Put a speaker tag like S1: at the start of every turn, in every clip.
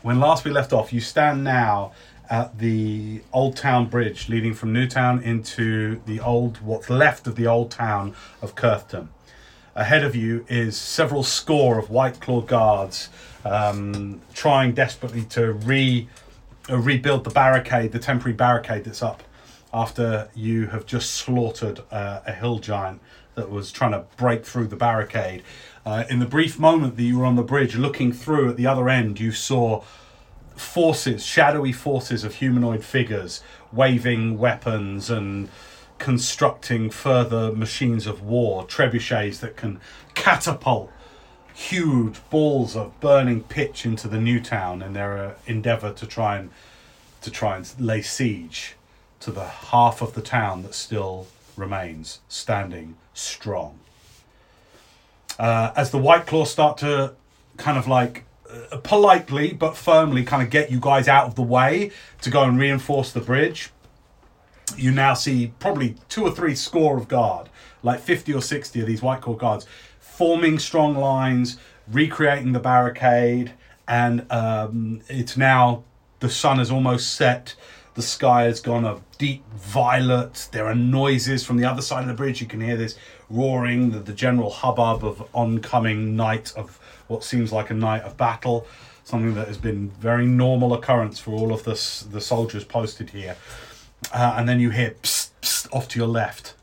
S1: When last we left off, you stand now at the Old Town Bridge leading from Newtown into the old, what's left of the old town of Kirkton. Ahead of you is several score of White Claw guards um, trying desperately to re, uh, rebuild the barricade, the temporary barricade that's up after you have just slaughtered uh, a hill giant that was trying to break through the barricade. Uh, in the brief moment that you were on the bridge looking through at the other end, you saw forces, shadowy forces of humanoid figures waving weapons and constructing further machines of war, trebuchets that can catapult huge balls of burning pitch into the new town in their uh, endeavor to try and to try and lay siege to the half of the town that still remains standing strong. Uh, as the white claws start to kind of like uh, politely but firmly kind of get you guys out of the way to go and reinforce the bridge, you now see probably two or three score of guard, like 50 or 60 of these white claw guards, forming strong lines, recreating the barricade, and um, it's now the sun has almost set. The sky has gone a deep violet. There are noises from the other side of the bridge. You can hear this roaring, the, the general hubbub of oncoming night of what seems like a night of battle. Something that has been very normal occurrence for all of the s the soldiers posted here. Uh, and then you hear psst, psst, off to your left.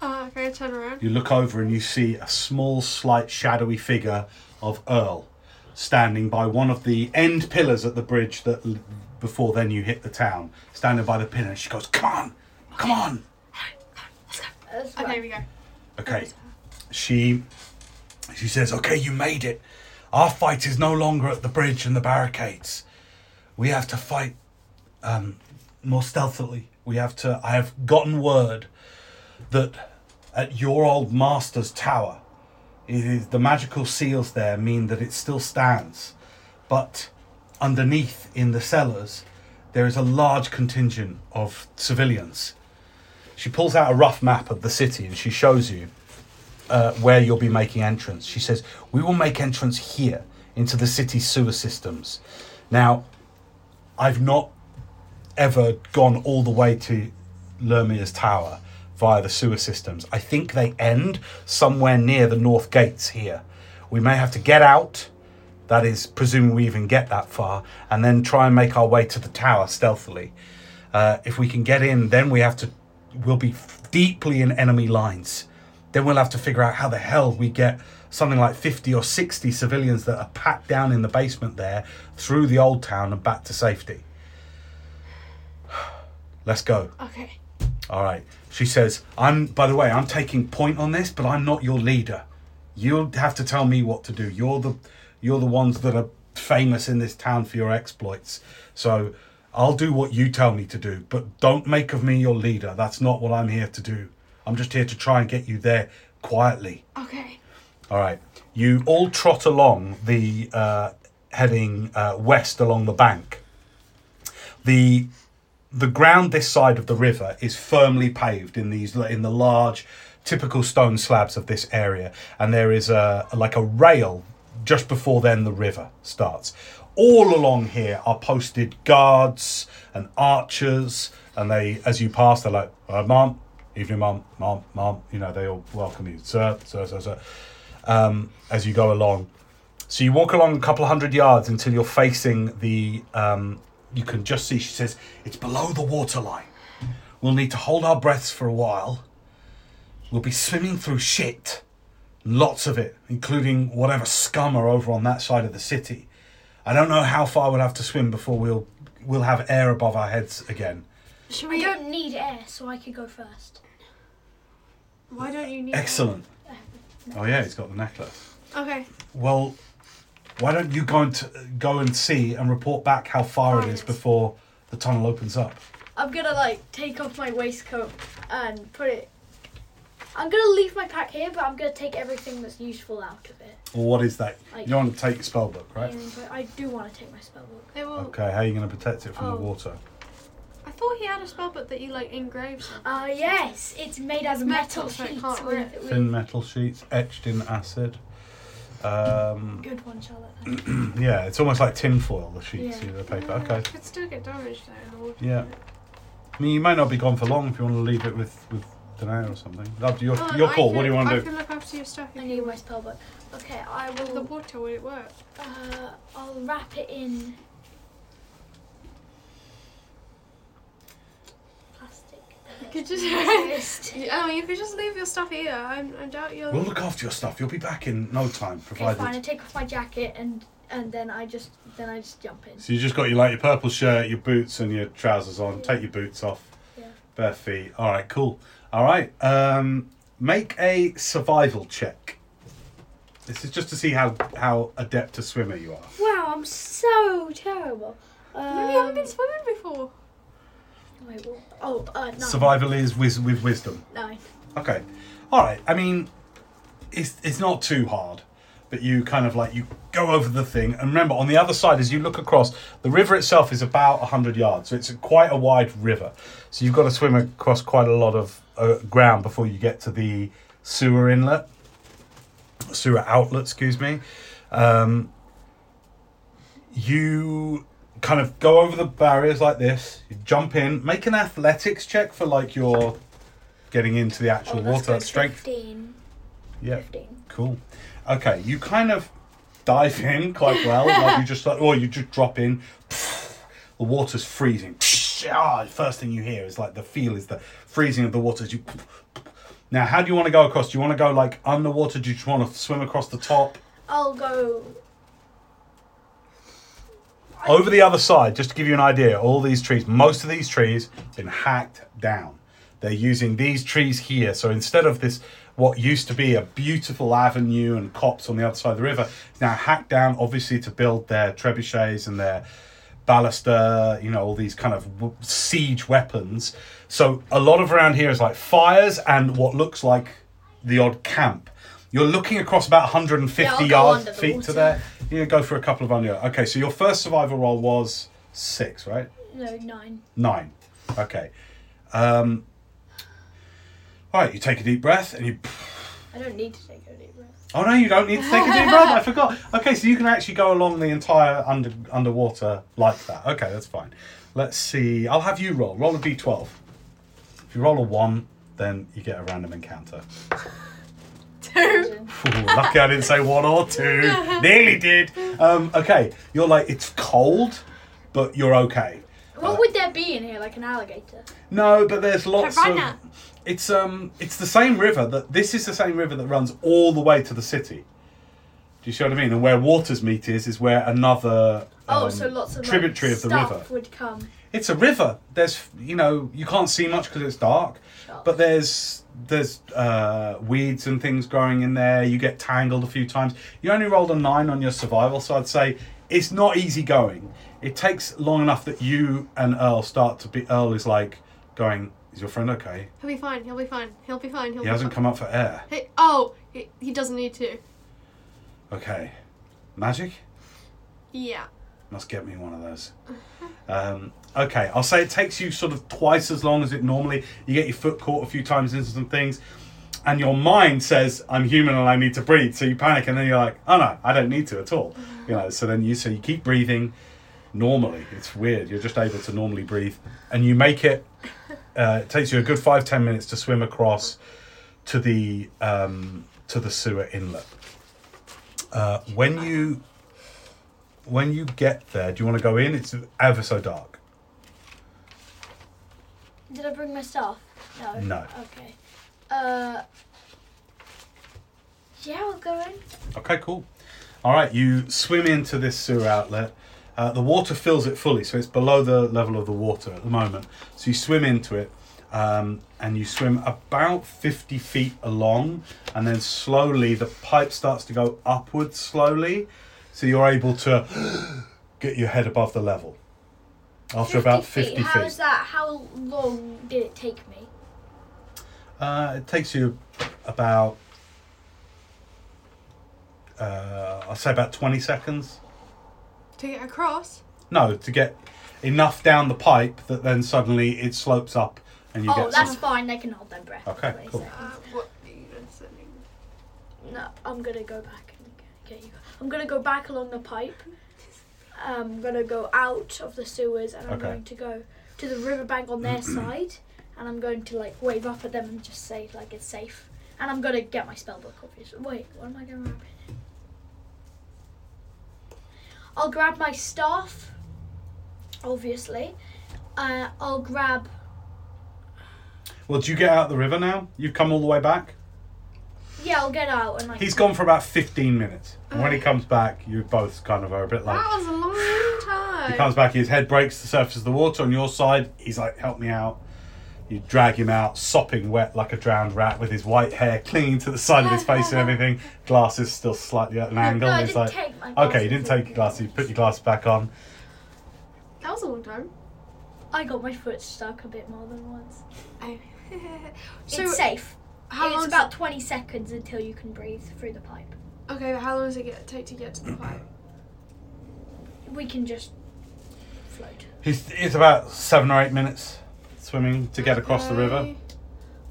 S2: Uh, can I turn around?
S1: You look over and you see a small, slight, shadowy figure of Earl standing by one of the end pillars at the bridge that l- before then you hit the town. Standing by the pillar, and she goes, Come on, come on.
S2: Okay, here we go.
S1: Okay. She she says, "Okay, you made it. Our fight is no longer at the bridge and the barricades. We have to fight um, more stealthily. We have to. I have gotten word that at your old master's tower, it is, the magical seals there mean that it still stands, but underneath in the cellars." There is a large contingent of civilians. She pulls out a rough map of the city and she shows you uh, where you'll be making entrance. She says, We will make entrance here into the city sewer systems. Now, I've not ever gone all the way to Lermia's tower via the sewer systems. I think they end somewhere near the north gates here. We may have to get out, that is, presuming we even get that far, and then try and make our way to the tower stealthily. Uh, if we can get in, then we have to. We'll be deeply in enemy lines. Then we'll have to figure out how the hell we get something like 50 or 60 civilians that are packed down in the basement there through the old town and back to safety. Let's go.
S2: Okay.
S1: All right. She says, "I'm by the way, I'm taking point on this, but I'm not your leader. You'll have to tell me what to do. You're the you're the ones that are famous in this town for your exploits. So I'll do what you tell me to do, but don't make of me your leader. That's not what I'm here to do. I'm just here to try and get you there quietly."
S2: Okay.
S1: All right. You all trot along the uh, heading uh, west along the bank. The the ground this side of the river is firmly paved in these in the large typical stone slabs of this area, and there is a like a rail just before then the river starts. All along here are posted guards and archers, and they as you pass they're like, uh, "Mom, evening, mom, mom, mom." You know they all welcome you, sir, sir, sir, sir um, as you go along. So you walk along a couple of hundred yards until you're facing the. Um, you can just see, she says, it's below the waterline. We'll need to hold our breaths for a while. We'll be swimming through shit. Lots of it, including whatever scum are over on that side of the city. I don't know how far we'll have to swim before we'll we'll have air above our heads again.
S2: Should
S3: I
S2: we?
S3: don't need air, so I could go first.
S2: Why don't you need?
S1: Excellent. Oh yeah, he's got the necklace.
S2: Okay.
S1: Well, why don't you go and t- go and see and report back how far it is before the tunnel opens up?
S3: I'm gonna like take off my waistcoat and put it. I'm gonna leave my pack here, but I'm gonna take everything that's useful out of it.
S1: Or what is that?
S3: Like-
S1: You want to take your spell book, right?
S3: And but I do want to take my spellbook.
S2: They will.
S1: Okay, how are you going to protect it from
S2: Oh.
S1: the water?
S2: I thought he had a spell book that you like engraved.
S3: Ah yes, it's made out of
S2: metal,
S3: metal,
S2: so it
S3: sheets.
S2: can't
S3: with-
S2: rip.
S3: with-
S1: Thin metal sheets etched in acid. Um,
S3: Good one, Charlotte. Thank you.
S1: yeah, it's almost like tinfoil, the sheets,
S3: Yeah.
S1: you know, the paper.
S2: Yeah,
S1: Okay.
S2: it Could still get damaged though in the water.
S1: Yeah.
S2: couldn't it?
S1: I mean, you might not be gone for long if you want to leave it with, with Danae or something. Up to your,
S2: Oh,
S1: your
S2: I
S1: call. What do
S2: can-
S1: you want
S2: I
S1: to do?
S2: can look after your stuff.
S3: I
S2: if
S3: need
S2: you
S3: my spell book. Okay, I
S2: want. The
S3: will.
S2: water will it work?
S3: Uh, I'll wrap it in plastic.
S2: Could just
S3: Exist.
S2: oh, you could just leave your stuff here. I'm, I doubt you'll.
S1: We'll look after your stuff. You'll be back in no time,
S3: Okay, fine. I
S1: provided.
S3: take off my jacket and and then I just then I just jump in.
S1: So you just got your like your purple shirt, your boots, and your trousers on.
S3: Yeah.
S1: Take your boots off.
S3: Yeah.
S1: Bare feet. All right, cool. All right. Um, make a survival check. This is just to see how how adept a swimmer you are.
S3: Wow, I'm so terrible. Um,
S2: Maybe you haven't been swimming before.
S3: Wait, what? Oh, uh, nine.
S1: Survival is with with wisdom.
S3: Nine.
S1: Okay. All right. I mean, it's it's not too hard, but you kind of like you go over the thing, and remember on the other side as you look across, the river itself is about hundred yards, so it's a, quite a wide river. So you've got to swim across quite a lot of uh, ground before you get to the sewer inlet, sewer outlet. Excuse me. Um, you kind of go over the barriers like this. You jump in. Make an athletics check for like your getting into the actual
S3: Oh, let's go
S1: water strength.
S3: 15.
S1: Yeah.
S3: 15.
S1: Cool. Okay, you kind of dive in quite well. like you just like, or you just drop in. The water's freezing. Ah, First thing you hear is like the feel is the freezing of the water. as You now, how do you want to go across? Do you want to go like underwater? Do you just want to swim across the top,
S3: I'll go.
S1: over the other side? Just to give you an idea, all these trees, most of these trees, have been hacked down. They're using these trees here. So instead of this, what used to be a beautiful avenue and cops on the other side of the river, it's now hacked down, obviously, to build their trebuchets and their baluster, you know, all these kind of w- siege weapons. So a lot of around here is like fires and what looks like the odd camp. You're looking across about 150
S3: Yeah, I'll go under
S1: yards
S3: the
S1: feet to
S3: water.
S1: there. You know, go for a couple of under. Okay, so your first survival roll was six, right?
S3: No, nine.
S1: Nine. Okay. Um, all right, you take a deep breath and you.
S3: I don't need to take a deep breath.
S1: Oh no, you don't need to take a deep breath. I forgot. Okay, so you can actually go along the entire under underwater like that. Okay, that's fine. Let's see. I'll have you roll. Roll a d12. If you roll a one, then you get a random encounter.
S2: Two.
S1: Ooh, lucky I didn't say one or two. Nearly did. Um, okay, you're like it's cold, but you're okay.
S3: What would there be in here? Like an alligator?
S1: No, but there's lots
S2: Piranha.
S1: of. It's um, it's the same river that this is the same river that runs all the way to the city. Do you see what I mean? And where waters meet is is where another
S3: Oh,
S1: um,
S3: so lots of like,
S1: tributary of the
S3: stuff
S1: river.
S3: would come.
S1: It's a river. There's you know you can't see much because it's dark,
S3: Sharks.
S1: but there's there's uh, weeds and things growing in there. You get tangled a few times. You only rolled a nine on your survival, so I'd say it's not easy going. It takes long enough that you and Earl start to be. Earl is like going, "Is your friend okay?
S2: He'll be fine. He'll be fine. He'll be fine. He'll
S1: He
S2: be
S1: hasn't
S2: fine.
S1: come up for air.
S2: Hey, oh, he, he doesn't need to.
S1: Okay, magic."
S2: Yeah.
S1: Must get me one of those. Um, okay, I'll say it takes you sort of twice as long as it normally. You get your foot caught a few times into some things, and your mind says, "I'm human and I need to breathe." So you panic, and then you're like, "Oh no, I don't need to at all." You know. So then you so you keep breathing normally. It's weird. You're just able to normally breathe, and you make it. Uh, it takes you a good five ten minutes to swim across to the um, to the sewer inlet. Uh, when you when you get there, do you want to go in? It's ever so dark.
S3: Did I bring my staff? No.
S1: No.
S3: Okay. Uh. Yeah, we'll go in.
S1: Okay, cool. All right, you swim into this sewer outlet. Uh, the water fills it fully, so it's below the level of the water at the moment. So you swim into it, um, and you swim about 50 feet along, and then slowly the pipe starts to go upwards slowly, so you're able to get your head above the level. After about 50 feet.
S3: How is that? How long did it take me?
S1: Uh, it takes you about, uh, I'll say about 20 seconds.
S2: To get across.
S1: No, to get enough down the pipe that then suddenly it slopes up and you
S3: oh,
S1: get.
S3: that's
S1: some-
S3: fine. They can hold their breath.
S1: Okay,
S3: for 20
S1: cool.
S2: Uh,
S3: seconds.
S2: what? are you gonna say?
S3: No, I'm gonna go back and Okay, you go. I'm gonna go back along the pipe. Um, I'm gonna go out of the sewers, and I'm
S1: Okay.
S3: going to go to the riverbank on their side, and I'm going to like wave up at them and just say like it's safe. And I'm gonna get my spell book, obviously. Wait, what am I gonna grab? I'll grab my staff, obviously. Uh, I'll grab.
S1: Well, do you get out the river now? You've come all the way back?
S3: Yeah, I'll get out and like.
S1: He's gone for about 15 minutes. And when he comes back, you both kind of are a bit like.
S2: That was a long time.
S1: He comes back, his head breaks the surface of the water on your side. He's like, help me out. You drag him out, sopping wet like a drowned rat, with his white hair clinging to the side of his face and everything. Glasses still slightly at an angle.
S3: No, Oh, I
S1: He's
S3: didn't
S1: like,
S3: take my
S1: okay, you didn't
S3: glasses.
S1: take your glasses. You put your glasses back on.
S2: That was a long time.
S3: I got my foot stuck a bit more than once.
S2: I-
S3: it's
S2: so
S3: safe.
S2: how long?
S3: it's about 20 seconds until you can breathe through the pipe.
S2: Okay, but how long does it get take to get to the pipe?
S3: We can just float.
S1: He's, it's about seven or eight minutes swimming to get across the river.
S2: Okay.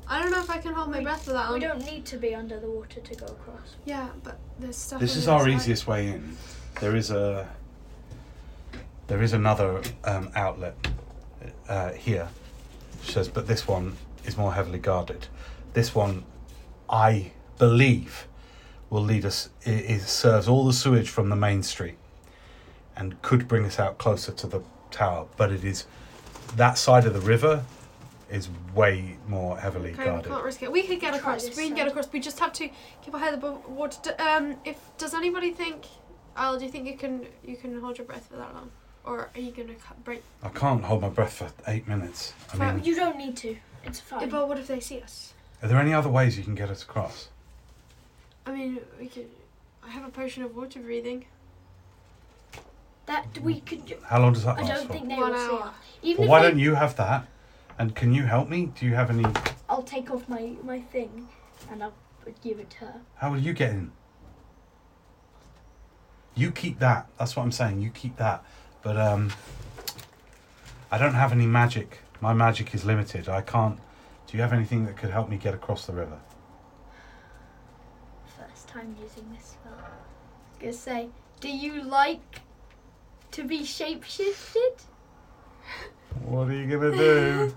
S2: I don't know if I can hold my
S3: We-
S2: breath for that
S3: we
S2: long.
S3: don't need to be under the water to go across.
S2: Yeah, but there's stuff.
S1: This
S2: on
S1: is
S2: the
S1: our
S2: inside.
S1: easiest way in. There is a there is another um, outlet uh, here. She says, but this one is more heavily guarded. This one, I believe, will lead us. It, it serves all the sewage from the main street, and could bring us out closer to the tower. But it is that side of the river is way more heavily
S2: Okay, we
S1: guarded.
S2: can't risk it. We could get
S3: Try
S2: across.
S3: this
S2: We can get
S3: side.
S2: across. We just have to keep our head above water. D- Um, if does anybody think, Al, do you think you can you can hold your breath for that long, or are you gonna cut break?
S1: I can't hold my breath for eight minutes. I
S2: Fine.
S1: mean,
S3: You don't need to. It's
S2: Yeah,
S3: fine.
S2: but what if they see us?
S1: are there any other ways you can get us across?
S2: I mean, we could. I have a potion of water breathing.
S3: That we could. ju-
S1: How long does that
S3: I
S1: last
S3: don't
S1: for?
S3: think they
S2: One
S3: will see
S2: hour.
S3: us. Even
S1: well,
S3: if
S1: why
S3: they-
S1: don't you have that? And can you help me? Do you have any?
S3: I'll take off my my thing, and I'll give it to her.
S1: How will you get in? You keep that. That's what I'm saying. You keep that. But um, I don't have any magic. My magic is limited. I can't. Do you have anything that could help me get across the river?
S3: First time using this spell. Gonna say, do you like to be shapeshifted?
S1: What are you gonna do?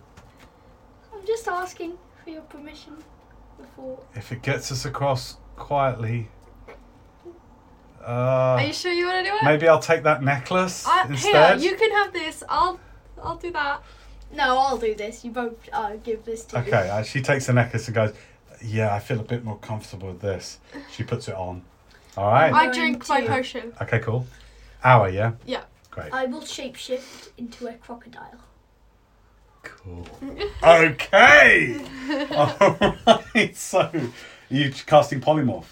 S3: I'm just asking for your permission before.
S1: if it gets us across quietly,
S2: Are
S1: uh,
S2: you sure you want to do it?
S1: maybe I'll take that necklace
S2: I, here,
S1: instead.
S2: you can have this. I'll I'll do that.
S3: No, I'll do this. You both uh, give this to you.
S1: Okay, uh, she takes the necklace and goes, Yeah, I feel a bit more comfortable with this. She puts it on. All right.
S2: I
S3: going
S2: drink my
S3: to-
S2: potion.
S1: Okay, cool. Hour, yeah?
S2: Yeah.
S1: Great.
S3: I will shapeshift into a crocodile.
S1: Cool. Okay! All right, so you casting polymorph.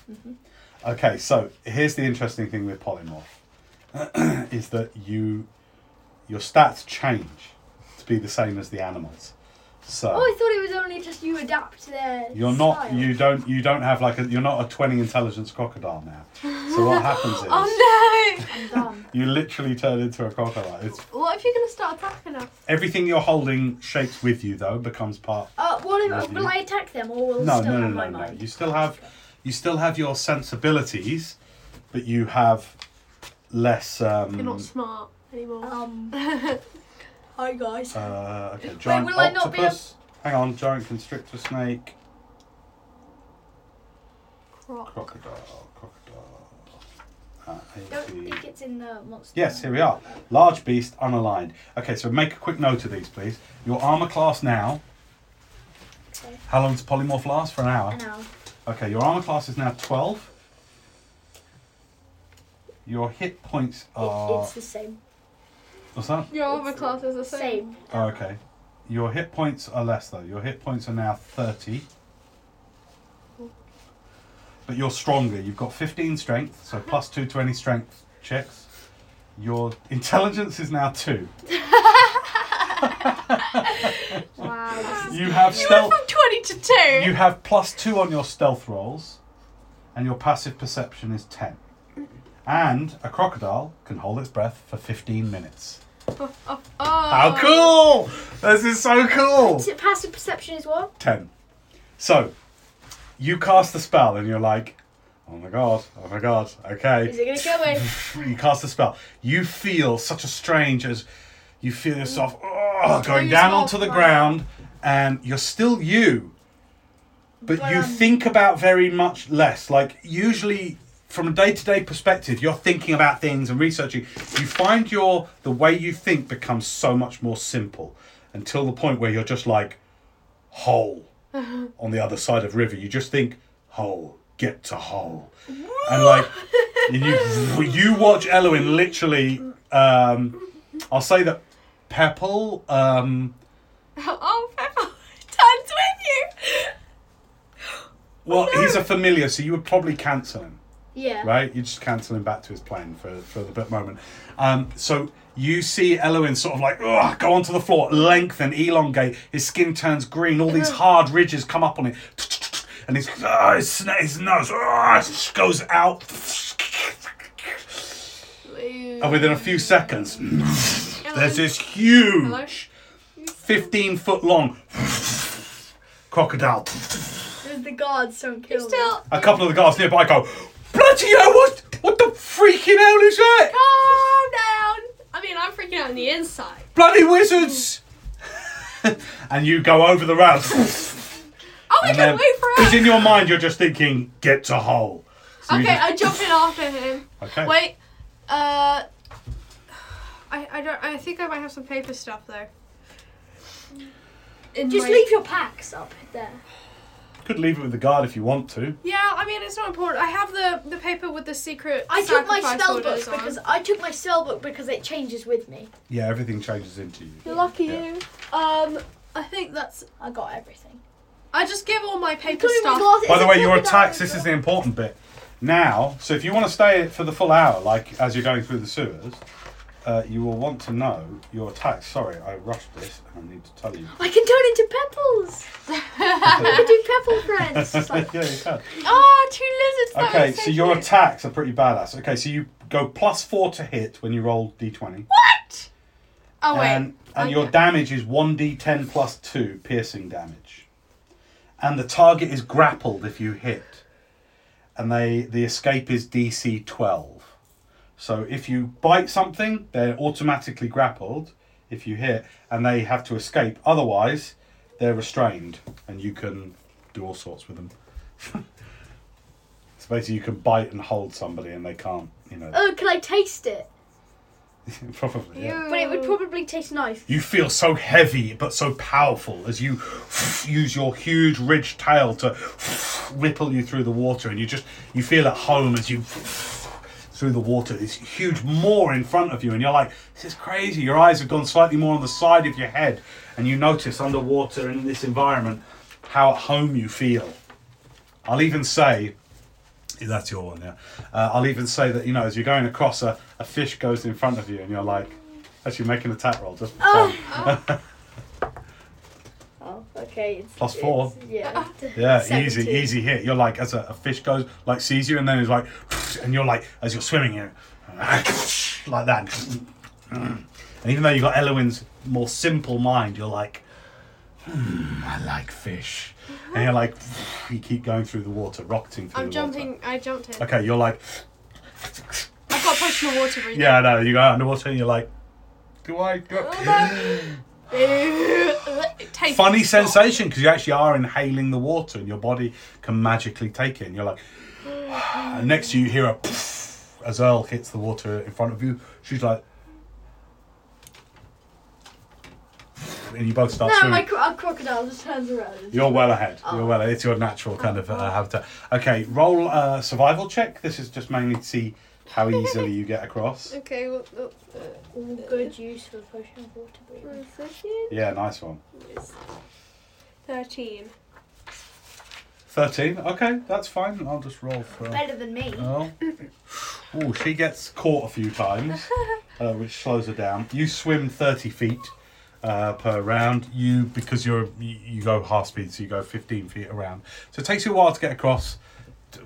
S1: Okay, so here's the interesting thing with polymorph is that you your stats change to be the same as the animals. So
S3: Oh, I thought it was only just you adapt their.
S1: You're not.
S3: style.
S1: You don't. You don't have like a. You're not a twenty intelligence crocodile now. So what happens is
S2: Oh no!
S3: Dumb.
S1: you literally turn into a crocodile. It's,
S2: What if you're gonna start attacking us?
S1: everything you're holding shakes with you though. Becomes part.
S3: Uh, what if,
S1: Lovely.
S3: will I attack them or will
S1: No,
S3: still
S1: no, no,
S3: have
S1: no,
S3: my
S1: no.
S3: mind?
S1: You still have. You still have your sensibilities, but you have less. Um,
S2: You're not smart anymore.
S3: Um. Hi guys.
S1: uh, okay, giant
S3: will I not be a-
S1: octopus. Hang on, giant constrictor snake,
S2: Croc.
S1: crocodile, crocodile. Uh,
S3: don't
S1: AC.
S3: think it's in the monster.
S1: Yes, here we are. Large beast, unaligned. Okay, so make a quick note of these, please. Your armor class now.
S3: Okay.
S1: How long does polymorph last? For an hour.
S3: An owl.
S1: Okay, your armor class is now twelve. Your hit points
S3: It,
S1: are.
S3: it's the same.
S1: What's that?
S2: Your armor class is the same.
S3: Same.
S1: Oh, okay. Your hit points are less though. Your hit points are now thirty. But you're stronger. You've got fifteen strength, so
S3: Uh-huh.
S1: plus two to any strength checks. Your intelligence is now two.
S3: Wow. This is
S1: You have
S2: You
S1: stealth.
S2: went from 20 to 2.
S1: You have plus two on your stealth rolls, and your passive perception is ten. And a crocodile can hold its breath for fifteen minutes.
S2: oh, oh, oh.
S1: How
S3: Oh.
S1: cool! This is so cool.
S3: So passive perception is what?
S1: Ten. So, you cast the spell, and you're like, Oh my god, oh my god, okay.
S3: Is it gonna kill me?
S1: You cast the spell. You feel such a strange as you feel yourself
S3: Mm.
S1: oh, going down
S2: yourself,
S1: onto the
S2: right.
S1: ground, and you're still you, but
S3: But,
S1: you
S3: um,
S1: think about very much less. Like, usually, from a day to day perspective, you're thinking about things and researching. You find your the way you think becomes so much more simple until the point where you're just like whole
S3: Uh-huh.
S1: on the other side of river. You just think whole, get to whole, and like and you you watch Elowin literally. Um, I'll say that Pepple. Um,
S2: oh, Pepper, time's with you.
S1: well,
S3: Oh,
S1: he's a familiar, so you would probably cancel him.
S3: yeah.
S1: right? You just cancel him back to his plane for for the bit moment. Um, so you see Elowin sort of like ugh, go onto the floor, lengthen, elongate. His skin turns green. All these hard ridges come up on it, and his uh, his, sn- his nose uh, goes out. And within a few seconds, there's this huge, fifteen foot long crocodile.
S3: There's the guards don't kill
S2: Still,
S1: A couple of the guards nearby go, bloody hell! What what the freaking hell is that?
S2: calm down. I mean, I'm freaking out on the inside.
S1: bloody wizards! and you go over the rail.
S2: Oh, I
S1: and
S2: can't
S1: then,
S2: wait for
S1: because
S2: us.
S1: in your mind you're just thinking, get to hole. So you
S2: Okay,
S1: just-
S2: I jump in after him.
S1: okay.
S2: Wait, uh, I, I don't. I think I might have some paper stuff though. In
S3: Just
S2: my-
S3: leave your packs up there.
S1: Could leave it with the guard if you want to.
S2: Yeah, I mean it's not important. I have the the paper with the secret.
S3: I took my
S2: sacrifice
S3: spell
S2: orders
S3: book
S2: on.
S3: because I took my spell book because it changes with me.
S1: Yeah, everything changes into you.
S2: You're lucky
S1: Yeah.
S2: you. Um, I think that's.
S3: I got everything.
S2: I just give all my paper
S3: Including my
S2: stuff.
S3: glasses.
S1: By the
S3: It's
S1: way,
S3: a
S1: your
S3: crocodile
S1: attacks.
S3: as
S1: This
S3: well.
S1: is the important bit. Now, so if you want to stay for the full hour, like as you're going through the sewers, uh, you will want to know your attacks. Sorry, I rushed this. and I need to tell you.
S3: I can turn into pebbles. I do pebble friends. It's like,
S1: yeah, you can.
S2: Ah, two lizards. that
S1: Okay,
S2: was
S1: so
S2: so
S1: your
S2: cute.
S1: attacks are pretty badass. Okay, so you go plus four to hit when you roll d20.
S2: What? Oh wait.
S1: And, Um, and
S2: I-
S1: your damage is 1d10 plus 2 piercing damage. And the target is grappled if you hit. And they the escape is DC 12. So if you bite something, they're automatically grappled if you hit, and they have to escape. Otherwise, they're restrained, and you can do all sorts with them. so basically, you can bite and hold somebody, and they can't, you know,
S3: oh, can I taste it?
S1: probably. Yeah.
S3: But it would probably taste nice.
S1: You feel so heavy but so powerful as you use your huge ridged tail to ripple you through the water, and you just you feel at home as you through the water. This huge moor in front of you, and you're like, this is crazy. Your eyes have gone slightly more on the side of your head, and you notice underwater in this environment how at home you feel. I'll even say. That's your one, yeah. Uh, I'll even say that you know, as you're going across, a, a fish goes in front of you, and you're like, actually make an attack roll just for fun.
S3: Oh, okay. It's,
S1: Plus four.
S3: it's- yeah.
S1: Yeah,
S3: 17.
S1: easy, easy hit. You're like, as a, a fish goes, like sees you, and then he's like, and you're like, as you're swimming, you like that. And even though you got Elowin's more simple mind, you're like, hmm, I like fish. And you're like, "Hmm, you keep going through the water, rocketing through
S2: I'm
S1: the water.
S2: jumping. I jumped in.
S1: Okay, you're like,
S2: I've got a potion of water breathing.
S1: yeah, I know. You go out underwater, and you're like, do I? Do I?
S2: Take
S1: funny
S2: it. Stop.
S1: sensation because you actually are inhaling the water and your body can magically take it. And you're like, and next you hear a poof as Earl hits the water in front of you. She's like, and you both start
S3: No,
S1: swimming.
S3: my cro- our crocodile just turns around.
S1: You're well ahead.
S2: Oh.
S1: You're well. It's your natural kind of uh, habitat. Okay, roll a survival check. This is just mainly to see how easily you get across.
S2: Okay. Well, oh, uh,
S3: All good use for potion of water
S2: for
S3: breathing.
S2: a second.
S1: Yeah, nice one.
S2: It's Thirteen.
S1: Thirteen. Okay, that's fine. I'll just roll for.
S3: Better than me.
S1: Oh. Ooh, she gets caught a few times, uh, which slows her down. You swim 30 feet uh, per round. You, because you're, you, you go half speed, so you go 15 feet around. So it takes you a while to get across. t-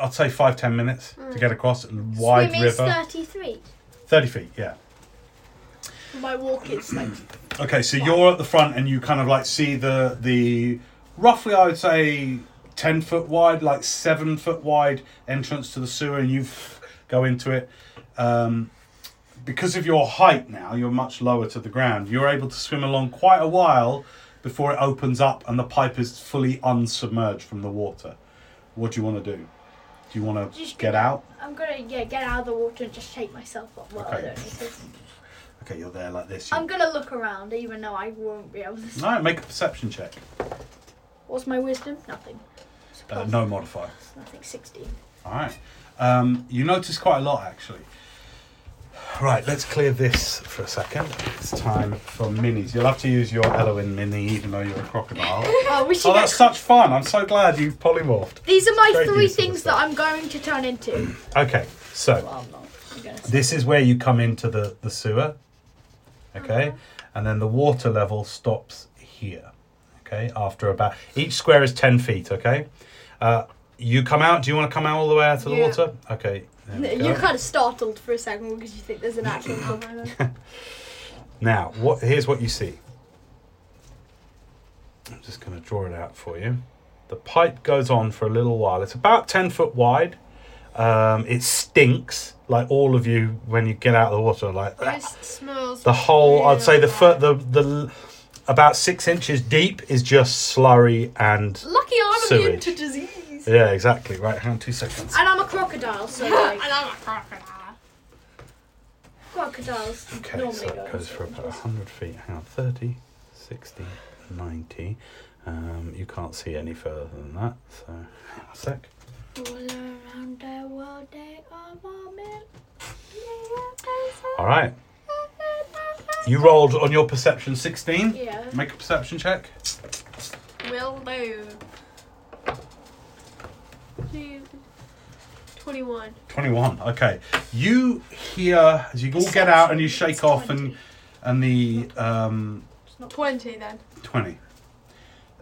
S1: I'd say five, ten minutes to get across a wide
S3: Swimming's
S1: river.
S3: 33.
S1: 30 feet, yeah.
S3: My walk is like
S1: Okay, so you're at the front and you kind of like see the the roughly I would say ten foot wide, like seven foot wide entrance to the sewer, and you go into it. Um, because of your height now, you're much lower to the ground. You're able to swim along quite a while before it opens up and the pipe is fully unsubmerged from the water. What do you want to do? Do you want to
S3: Just-
S1: get out?
S3: I'm gonna yeah get out of the water and just shake myself up while
S1: Okay.
S3: I don't need to.
S1: Okay, you're there like this.
S3: I'm gonna look around even though I won't be able to.
S1: All right, make a perception check.
S3: What's my wisdom? Nothing.
S1: Uh, no modifier.
S3: It's Nothing. Sixteen.
S1: All right. Um, you notice quite a lot, actually. Right, let's clear this for a second. It's time for minis. You'll have to use your Elowin mini, even though you're a crocodile.
S3: Oh, we
S1: oh,
S3: should
S1: that's
S3: get.
S1: such fun. I'm so glad you polymorphed.
S3: These are my
S1: Very
S3: three
S1: useful
S3: things
S1: stuff.
S3: that I'm going to turn into.
S1: Okay, so
S3: Well, I'm not. I'm gonna.
S1: this is where you come into the, the sewer. Okay? And then the water level stops here. Okay? After about. Each square is 10 feet, okay? Uh, you come out. Do you want to come out all the way out to the
S3: Yeah.
S1: water? Okay. there we go.
S3: You're kind of startled for a second because you think there's an actual cover there.
S1: Now, what here's what you see. I'm just going to draw it out for you. The pipe goes on for a little while. It's about ten foot wide. Um, it stinks like all of you when you get out of the water. Like
S2: This smells.
S1: the whole, I'd say the
S2: really
S1: foot,
S2: bad.
S1: the the l- about six inches deep is just slurry and
S3: Lucky I'm immune
S1: Sewage.
S3: to disease.
S1: yeah, exactly. Right, hang on two seconds.
S3: And I'm a crocodile, so
S2: I
S3: like
S2: love a crocodile.
S3: crocodiles
S1: Okay,
S3: normally
S1: so it
S3: go
S1: goes
S3: into
S1: for about
S3: water.
S1: 100 feet. Hang on, 30, 60, 90. Um, you can't see any further than that, so hang on a sec.
S3: All around the world they are warming.
S1: All right. You rolled on your perception 16.
S3: Yeah.
S1: Make a perception check.
S2: Will do. Twenty-one.
S1: 21. Okay. You hear, as you all get out and you shake off and and the um,
S2: Twenty then.
S1: 20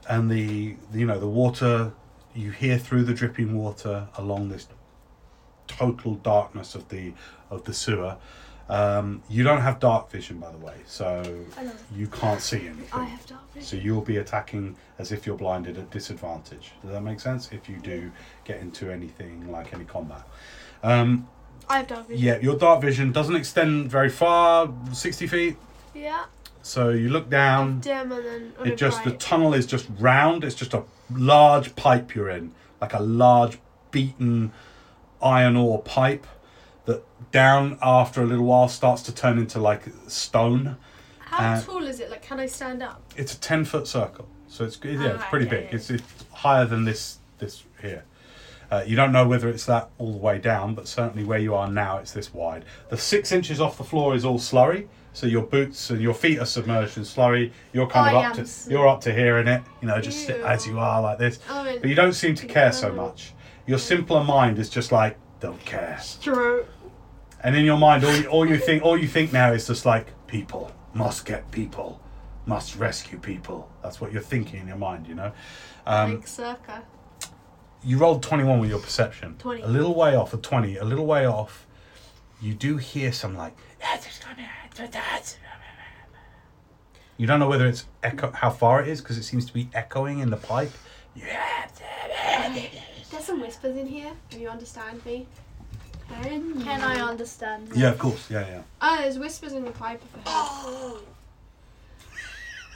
S1: and the the, you know the water you hear through the dripping water along this total darkness of the of the sewer um, you don't have dark vision by the way so
S3: I know.
S1: you can't see anything
S3: I have dark vision.
S1: so you'll be attacking as if you're blinded at disadvantage does that make sense if you do get into anything like any combat um,
S2: I have dark vision.
S1: yeah your dark vision doesn't extend very far 60 feet
S2: Yeah.
S1: so you look down
S2: Dim and then. on
S1: Um, it
S2: a
S1: just the
S2: bright.
S1: tunnel is just round. It's just a large pipe you're in, like a large beaten iron ore pipe that down after a little while starts to turn into like stone.
S2: How
S1: uh,
S2: tall is it? Like, can I stand up?
S1: It's a ten foot circle, so it's yeah, it's
S2: Ah,
S1: pretty
S2: okay.
S1: big. It's, it's higher than this this here. Uh, you don't know whether it's that all the way down, but certainly where you are now, it's this wide. The six inches off the floor is all slurry, so your boots and your feet are submerged in slurry. You're kind
S3: I
S1: of up
S3: am
S1: to
S3: sl-
S1: you're up to here in it, you know, just sit
S2: Ew.
S1: as you are like this.
S2: Oh, it-
S1: But you don't seem to care so
S2: Yeah.
S1: much. Your simpler mind is just like don't care,
S2: True.
S1: and in your mind, all you, all you think all you think now is just like people must get people, must rescue people. That's what you're thinking in your mind, you know. Um,
S2: like circa.
S1: you rolled 21 with your perception
S2: 20.
S1: a little way off a 20 a little way off you do hear some like you don't know whether it's echo how far it is because it seems to be echoing in the pipe
S2: There's some whispers in here. Do you understand me?
S3: Can I understand?
S1: yeah of course yeah yeah
S2: Oh, there's whispers in the pipe of the head.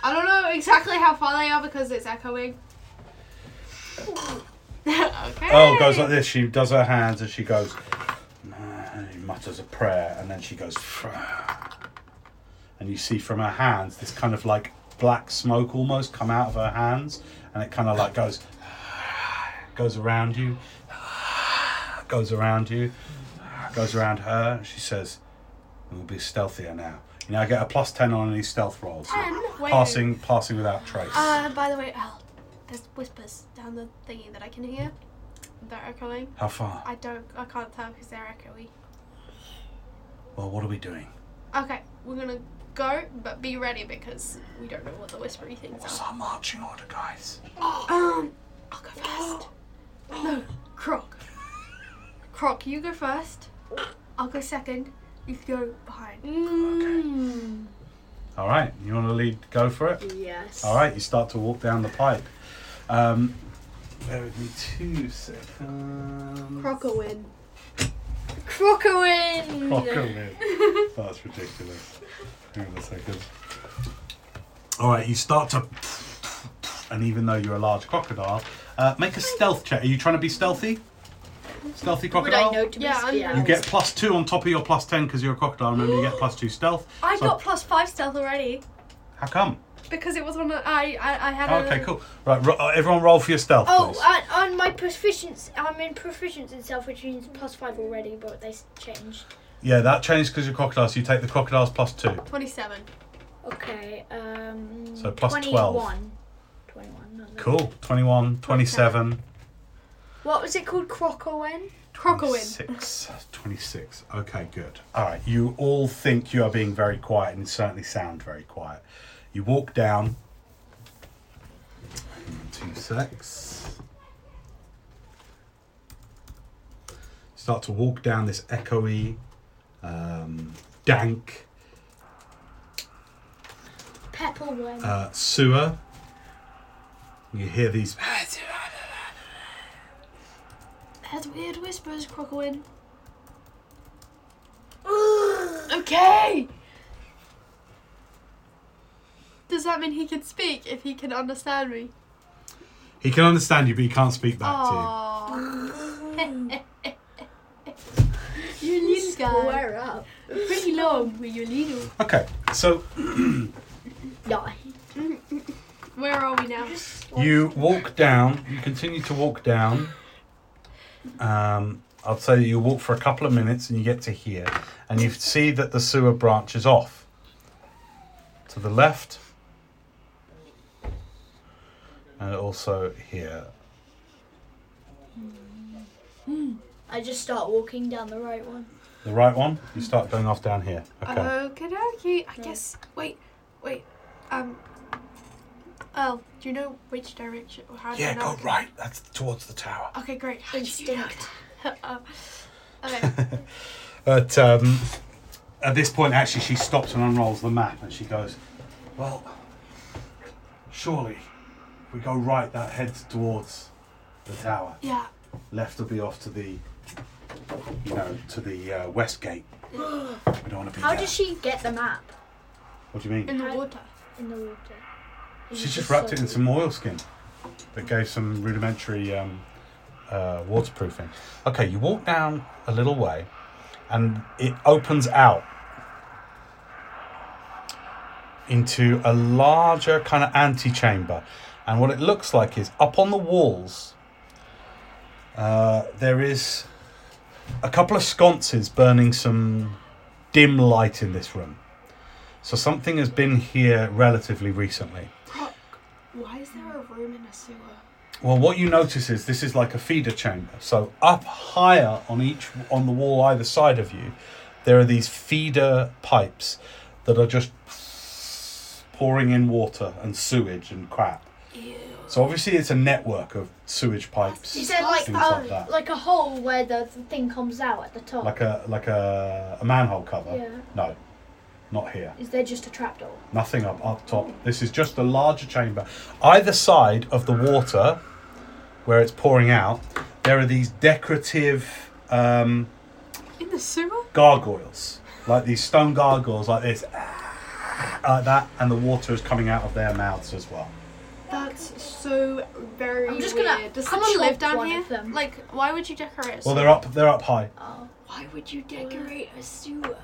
S2: I don't know exactly how far they are because it's echoing. okay.
S1: oh it goes like this she does her hands and she goes and she mutters a prayer and then she goes and you see from her hands this kind of like black smoke almost come out of her hands and it kind of like goes goes around you goes around you goes around her and she says we'll be stealthier now you know I get a plus 10 on any stealth rolls so
S2: Wait.
S1: passing passing without trace
S2: Uh, by the way, Al, there's whispers down the thingy that I can hear. They're echoing.
S1: how far
S2: I don't. I can't tell because they're echoey.
S1: well what are we doing
S2: Okay, we're gonna go, but be ready because we don't know what the whispery things
S1: what's
S2: are.
S1: our marching order guys
S2: Um, I'll go first. No, Croc. Croc, you go first. I'll go second. You go behind.
S3: Mm,
S1: All right, you want to lead? Go for it.
S3: yes.
S1: All right, you start to walk down the pipe. Um, Bear with me two seconds.
S2: Crocowin.
S3: Crocowin.
S1: Crocodile. Oh, That's ridiculous. Hang on a second. All right, you start to, and even though you're a large crocodile, uh, make a stealth check. Are you trying to be stealthy? Stealthy
S4: Would I
S1: crocodile.
S4: know to be
S2: Yeah, I'm-
S4: stealth?
S1: You get plus two on top of your plus ten because you're a crocodile. Remember, you get plus two stealth.
S2: I
S1: So-
S2: got plus five stealth already
S1: How come?
S2: because it was one. Of, I, I I had.
S1: Oh,
S2: a,
S1: okay, cool. Right, ro- uh, everyone, roll for your stealth,
S3: Oh,
S1: please.
S3: and on my proficiency, I'm in proficiency in self, which means plus five already, but they s- changed.
S1: yeah, that changed because you're crocodile. So you take the crocodile's plus two.
S2: Twenty-seven.
S3: Okay. Um.
S1: So plus
S3: 21.
S1: 12.
S3: 21. not that.
S1: Cool. 21, 27,
S3: What was it called? Crocowin.
S2: Crocowin.
S1: 26. 26. Okay, good. All right, you all think you are being very quiet and certainly sound very quiet. You walk down. Hang on Two secs. Start to walk down this echoey, um, dank
S3: Pepperwin.
S1: uh, sewer. You hear these
S2: Has weird whispers, Crocowin. okay. Does that mean he can speak if he can understand me?
S1: He can understand you, but he can't speak back
S2: Oh. you little guy.
S4: Square up.
S2: Pretty long with your little.
S1: to you. Okay, so
S4: Yeah.
S2: Where are we now?
S1: you walk down. You continue to walk down. Um, I'd say you walk for a couple of minutes, and you get to here, and you see that the sewer branches off to the left, and also here.
S3: I just start walking down the right one.
S1: The right one, you start going off down here. Okay.
S2: Okay, dokie. I guess. Wait, wait. Um. Oh, do you know which direction? or How do
S1: yeah,
S2: you know?
S1: go right. That's towards the tower.
S2: Okay, great. How did you do
S3: Instinct.
S2: that? Um, okay.
S1: But um, at this point, actually, she stops and unrolls the map and she goes, Well, surely if we go right, that heads towards the tower.
S2: Yeah.
S1: Left will be off to the, you know, to the uh, west gate. We don't want to be
S3: How
S1: there.
S3: does she get the map
S1: What do you mean?
S2: In the water.
S3: in the water?
S1: She just wrapped it in some oilskin that gave some rudimentary um, uh, waterproofing. Okay, you walk down a little way and it opens out into a larger kind of antechamber. And what it looks like is up on the walls, uh, there is a couple of sconces burning some dim light in this room. So something has been here relatively recently.
S2: Croc. Why is there a room in a sewer?
S1: Well, what you notice is this is like a feeder chamber. So up higher on each on the wall either side of you, there are these feeder pipes that are just pouring in water and sewage and crap.
S2: Ew.
S1: So obviously it's a network of sewage pipes,
S3: Is there like
S1: things
S3: um,
S1: like that,
S3: like a hole where the thing comes out at the top?
S1: like a like a, a manhole cover.
S3: Yeah.
S1: No, not here.
S3: Is there just a trapdoor?
S1: Nothing up up top. This is just a larger chamber. Either side of the water, where it's pouring out, there are these decorative um,
S2: In the sewer?
S1: gargoyles, like these stone gargoyles, like this, like that, and the water is coming out of their mouths as well.
S2: That's so very
S3: I'm just
S2: weird.
S3: gonna-
S2: Does
S3: I'm
S2: someone
S3: gonna
S2: live
S3: chop
S2: down
S3: one
S2: here?
S3: of them.
S2: Like, why would you decorate? a
S1: Well,
S2: sewer?
S1: they're up. They're up high.
S3: Oh.
S2: Why would you decorate a sewer?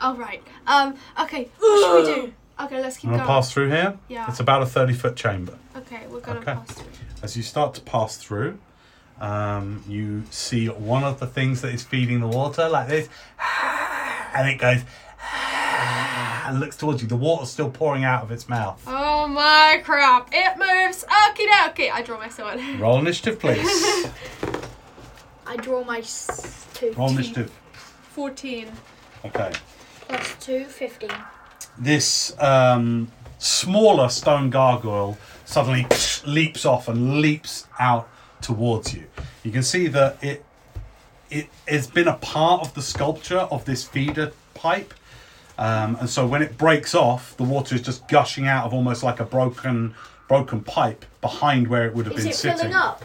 S2: All right. Um. Okay. What should we do? Okay, let's keep
S1: Uh, I'm
S2: going.
S1: gonna pass through here.
S2: Yeah.
S1: It's about a thirty-foot chamber.
S2: Okay, we're gonna
S1: Okay.
S2: pass through.
S1: As you start to pass through, um, you see one of the things that is feeding the water, like this, and it goes and looks towards you. The water's still pouring out of its mouth.
S2: Oh my crap! It moves. Okie dokie. I draw my sword.
S1: Roll initiative, please.
S3: I draw my s- two.
S1: Roll initiative.
S2: Fourteen.
S1: Okay.
S3: Plus two, 15.
S1: this um, smaller stone gargoyle suddenly leaps off and leaps out towards you. You can see that it it has been a part of the sculpture of this feeder pipe, um, and so when it breaks off, the water is just gushing out of almost like a broken broken pipe behind where it would have
S3: Is
S1: been
S3: it
S1: sitting.
S3: filling up?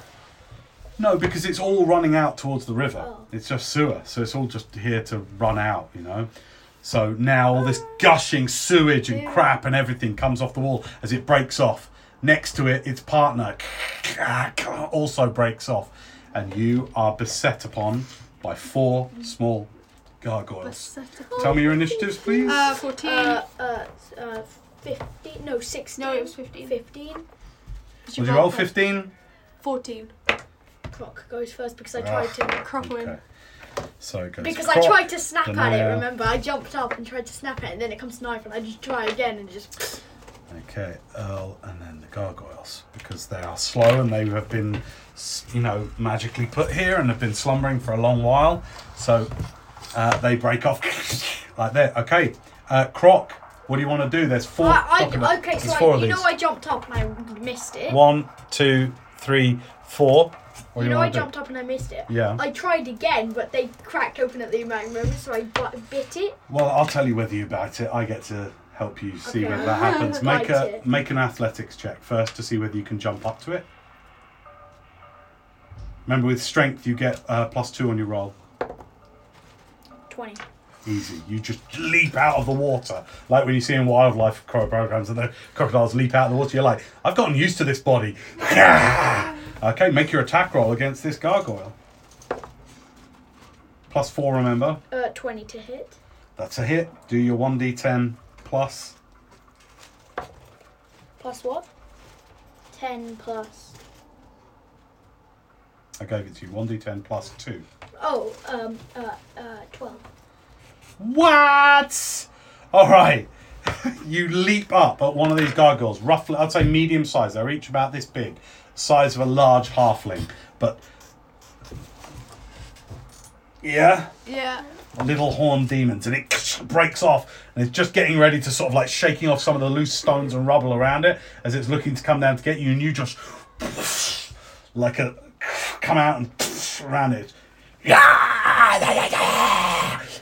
S1: No, because it's all running out towards the river.
S3: Oh.
S1: It's just sewer, so it's all just here to run out, you know. So now all this
S3: Oh.
S1: gushing sewage and
S2: Ew.
S1: crap and everything comes off the wall as it breaks off. Next to it, its partner also breaks off, and you are beset upon by four small gargoyles. Tell me your initiatives, please.
S2: Uh, 14.
S3: Uh, uh, uh, 15, no, 16.
S2: no, it was 15.
S3: 15.
S2: Did
S1: Was you roll
S2: that?
S1: fifteen?
S2: 14.
S3: Croc goes first because I
S1: Ah.
S3: tried to.
S2: Crockwin.
S1: Okay. So it goes.
S3: Because I
S1: Croc,
S3: tried to snap
S1: then
S3: at it,
S1: I, uh,
S3: remember? I jumped up and tried to snap at it, and then it comes to knife, and I just try again and just.
S1: Okay, Earl, and then the gargoyles because they are slow and they have been, s- you know, magically put here and have been slumbering for a long while. So uh, they break off like that. Okay, uh, Croc, what do you want to do? There's four.
S3: I, I,
S1: crocodile-
S3: okay, so
S1: there's four
S3: I,
S1: of
S3: you
S1: these.
S3: know I jumped up and I missed it.
S1: One, two, three, four. What
S3: you
S1: do
S3: know I
S1: want
S3: jumped up and I missed it.
S1: Yeah.
S3: I tried again, but they cracked open at the umami moment, so I bu- bit it.
S1: Well, I'll tell you whether you bite it. I get to help you see
S3: Okay.
S1: whether that happens. Make
S3: Bite
S1: a
S3: it.
S1: make an athletics check first to see whether you can jump up to it. Remember, with strength you get uh, plus two on your roll.
S3: 20.
S1: Easy. You just leap out of the water, like when you see in wildlife cro- programs and the crocodiles leap out of the water. You're like, I've gotten used to this body. okay, make your attack roll against this gargoyle. Plus four, remember.
S3: Uh, 20 to hit.
S1: That's a hit. Do your one d10 plus.
S3: Plus what? 10 plus.
S1: I gave it to you. One d10 plus two.
S3: Oh, um, uh, uh, 12.
S1: What? All right. you leap up at one of these gargoyles, roughly, I'd say medium size. They're each about this big, size of a large halfling, but yeah,
S2: Yeah.
S1: little horn demons, and it breaks off, and it's just getting ready to sort of like shaking off some of the loose stones and rubble around it as it's looking to come down to get you, and you just like a come out and around it.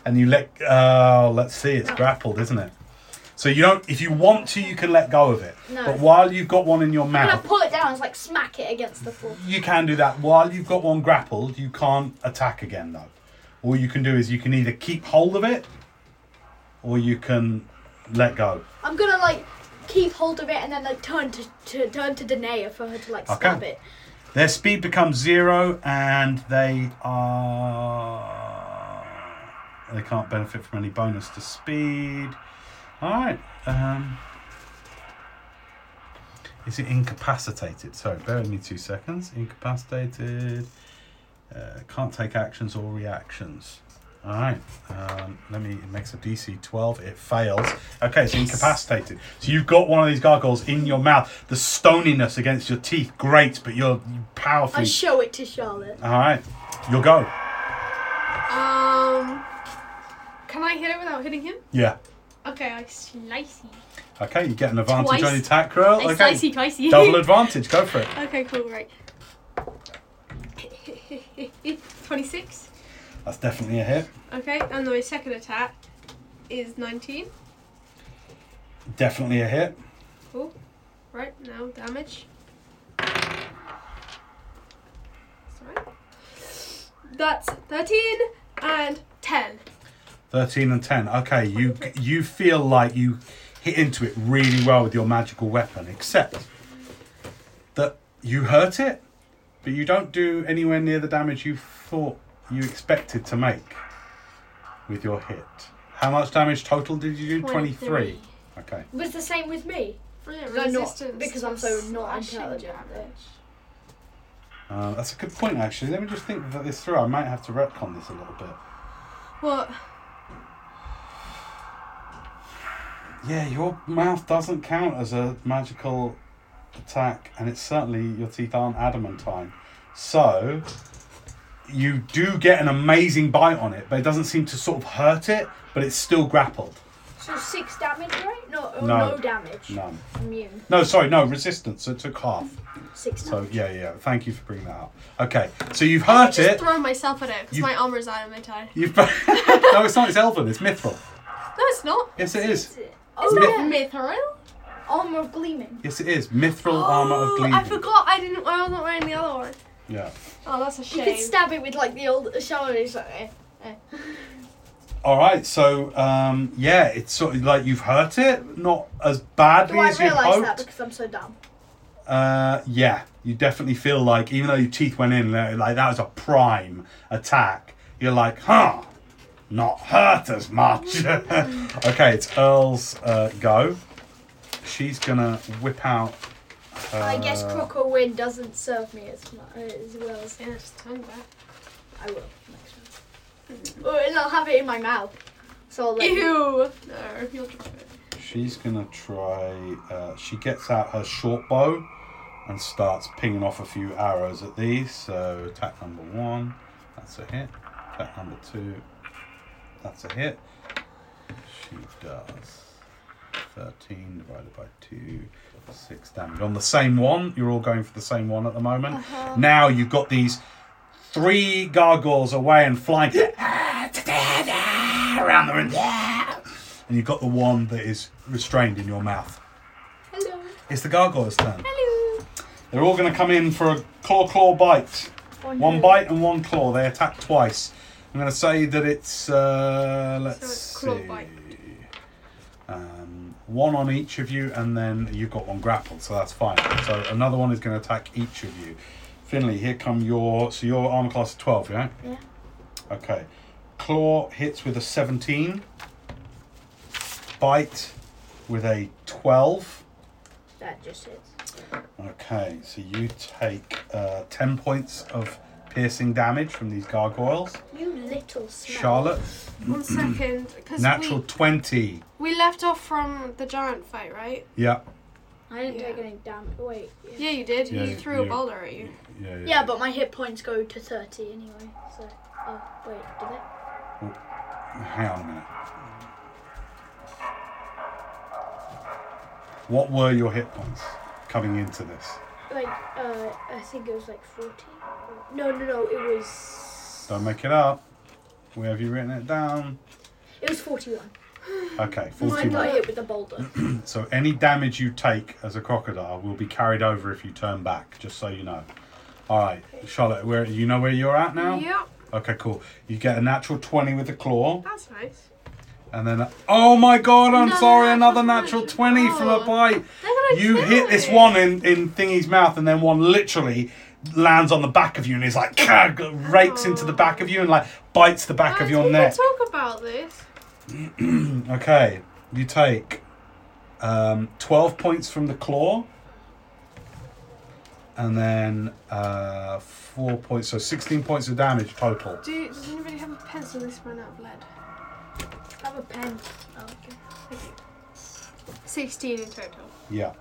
S1: And you let oh, let's see, it's grappled, isn't it? So you don't. If you want to, you can let go of it.
S3: No.
S1: But while you've got one in your
S3: I'm gonna
S1: mouth,
S3: pull it down and like smack it against the floor.
S1: you can do that. While you've got one grappled, you can't attack again though. All you can do is you can either keep hold of it, or you can let go.
S3: I'm gonna like keep hold of it and then like turn to, to turn to Danae for her to like
S1: Okay.
S3: stab it.
S1: Their speed becomes zero, and they are they can't benefit from any bonus to speed. All right. Um, is it incapacitated? Sorry, bear with me two seconds. Incapacitated. Uh, can't take actions or reactions. All right. Um, let me. It makes a DC 12. It fails. Okay, it's incapacitated. So you've got one of these gargoyles in your mouth. The stoniness against your teeth grates, but you're
S3: I
S1: powerfully.
S3: show it to Charlotte.
S1: All right. You'll go.
S2: Um. Can I hit it without hitting him?
S1: Yeah.
S2: Okay, I slicey.
S1: Okay, you get an advantage
S2: Twice.
S1: on your attack roll.
S2: I
S1: Oh, Okay.
S2: slicey dicey.
S1: Double advantage. Go for it.
S2: okay, cool, right. 26.
S1: That's definitely a hit.
S2: Okay, and my second attack is 19.
S1: Definitely a hit.
S2: Cool. Oh, Right, now damage. Sorry. That's 13 and 10.
S1: 13 and 10. Okay, you you feel like you hit into it really well with your magical weapon, except that you hurt it, but you don't do anywhere near the damage you thought you expected to make with your hit. How much damage total did you do? 23.
S2: 23.
S1: Okay.
S3: Was the same with me.
S2: Brilliant.
S3: They're not,
S2: Resistance.
S3: because I'm so
S2: to
S3: not
S2: slashing
S3: intelligent, though.
S2: damage.
S1: Uh, that's a good point, actually. Let me just think that this through. I might have to retcon this a little bit.
S2: What?
S1: Yeah, your mouth doesn't count as a magical attack, and it's certainly your teeth aren't adamantine. So you do get an amazing bite on it, but it doesn't seem to sort of hurt it, but it's still grappled.
S3: So six damage, right? No, oh,
S1: No.
S3: no. damage.
S1: None.
S3: Immune.
S1: No, sorry, no, resistance. So it took half.
S3: Six
S1: So
S3: damage.
S1: yeah, yeah. Thank you for bringing that up. Okay, so you've hurt
S2: just
S1: it.
S2: throw myself at it because
S1: You-
S2: my armor's adamantine.
S1: You've no, it's not. It's elven. It's mithril.
S2: No, it's not.
S1: Yes, it is.
S3: Oh,
S2: It's
S3: yeah.
S2: not mithril.
S3: Armor of Gleaming.
S1: Yes, it is. Mithril armor of gleaming.
S2: Oh, I forgot. I didn't. I wasn't wearing the other one.
S1: Yeah.
S2: Oh, that's a
S3: You
S2: shame.
S3: could stab it with like the old shower. It's like, eh, eh.
S1: All right. So um, yeah, it's sort of like you've hurt it, not as badly
S3: Do I
S1: as you
S3: realise
S1: hoped.
S3: that because I'm so dumb?
S1: Uh, yeah, you definitely feel like even though your teeth went in, like like that was a prime attack. You're like, huh, not hurt as much. okay, it's Earl's uh, go. She's gonna whip out.
S3: I guess
S1: her-
S3: crook or wind doesn't serve me as much as well as
S2: Yeah, just turn back.
S3: I will next time. Oh, and I'll have it in my mouth. So I'll let you-
S2: Ew. No, you'll drop it.
S1: She's gonna try. Uh, she gets out her short bow and starts pinging off a few arrows at these. So attack number one, that's a hit. Attack number two, that's a hit. She does thirteen divided by two, six damage on the same one. You're all going for the same one at the moment. Now you've got these three gargoyles away and flying around the room. And you've got the one that is restrained in your mouth.
S3: Hello.
S1: It's the gargoyle's turn.
S3: Hello.
S1: They're all going to come in for a claw claw bite. One bite and one claw. They attack twice. I'm going to say that it's uh, let's
S2: it's claw
S1: see,
S2: bite.
S1: um, one on each of you, and then you've got one grappled, so that's fine. So another one is going to attack each of you. Finley, here come your so your armor class is twelve, yeah?
S3: Yeah.
S1: Okay. Claw hits with a seventeen. Bite with a twelve.
S3: That just hits.
S1: Okay, so you take uh, 10 points of piercing damage from these gargoyles.
S3: You little smell.
S1: Charlotte,
S2: One second, because
S1: natural 20.
S2: we, we left off from the giant fight, right?
S1: Yeah.
S3: I didn't
S2: Yeah.
S3: take any damage. Wait. Yeah.
S2: Yeah, you did.
S1: Yeah,
S2: he threw
S1: you-
S2: a boulder at you.
S1: Yeah, yeah.
S3: Yeah, but my hit points go to 30 anyway. So, oh, wait, did it?
S1: Hang on a minute. What were your hit points coming into this?
S3: Like, uh, I think it was like 40. No, no, no, it was.
S1: Don't make it up. Where have you written it down?
S3: It was 41.
S1: Okay,
S3: I got
S1: 41.
S3: hit with a boulder.
S1: So any damage you take as a crocodile will be carried over if you turn back, just so you know. All right, Charlotte, where you know where you're at now?
S2: Yeah,
S1: Okay, cool. You get a natural 20 with the claw,
S2: that's nice.
S1: and then, oh my god, I'm
S2: Another
S1: sorry,
S2: natural
S1: another natural
S2: 20.
S1: 20 from a
S2: Oh.
S1: bite.
S2: That's what I
S1: You
S2: said.
S1: hit this one in, in Thingy's mouth, and then one literally lands on the back of you and is like, "Kah," rakes into the back of you and like bites the back
S2: Guys,
S1: of
S2: we
S1: your
S2: can
S1: neck.
S2: talk about this.
S1: Okay, you take um, 12 points from the claw, and then uh, 4 points, so 16 points of damage total.
S2: Do you, does anybody have a pencil this run out of lead?
S3: have a pen. Oh, okay.
S2: Sixteen in total.
S1: Yeah.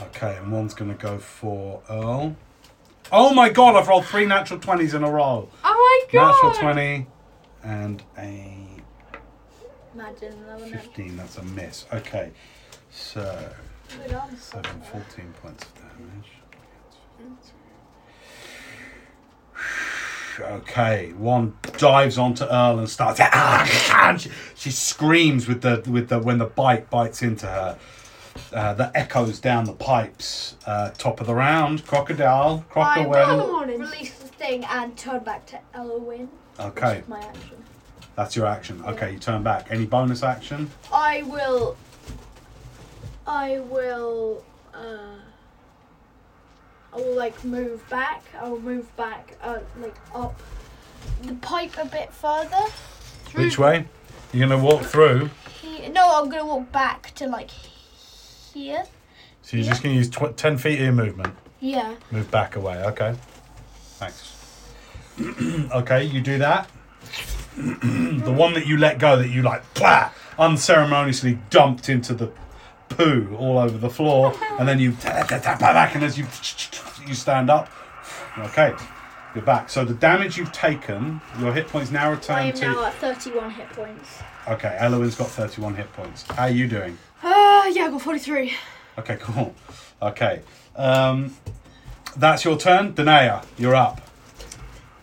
S1: Okay, and one's going to go for Earl. Oh my god, I've rolled three natural 20s in a row.
S2: Oh my god!
S1: Natural 20 and a
S3: Imagine that one.
S1: 15. That's a miss. Okay, so
S3: Good on.
S1: 7, 14 points of damage. Okay, one dives onto Earl and starts. and she, she screams with the with the when the bite bites into her. Uh, that echoes down the pipes. Uh, top of the round, crocodile,
S3: I
S1: crocodile.
S3: will release the thing and turn back to Elowin.
S1: Okay,
S3: My action.
S1: that's your action. Okay, you turn back. Any bonus action?
S3: I will. I will. Uh, I will like move back. I will move back, uh, like up the pipe a bit further.
S1: Which way? You're gonna walk through.
S3: He, no, I'm gonna walk back to like here.
S1: So you're just gonna use tw- ten feet of your movement.
S3: Yeah.
S1: Move back away. Okay. Thanks. okay, you do that. the one that you let go, that you like, plah, unceremoniously dumped into the poo all over the floor, and then you tap tap tap back, and as you you stand up, okay, you're back. So the damage you've taken, your hit points now
S3: I
S1: return
S3: am now
S1: to.
S3: at 31 hit points.
S1: Okay, Eloin's got 31 hit points. How are you doing?
S2: Uh, yeah, I got forty-three.
S1: Okay, cool. Okay, um, that's your turn, Danaya. You're up.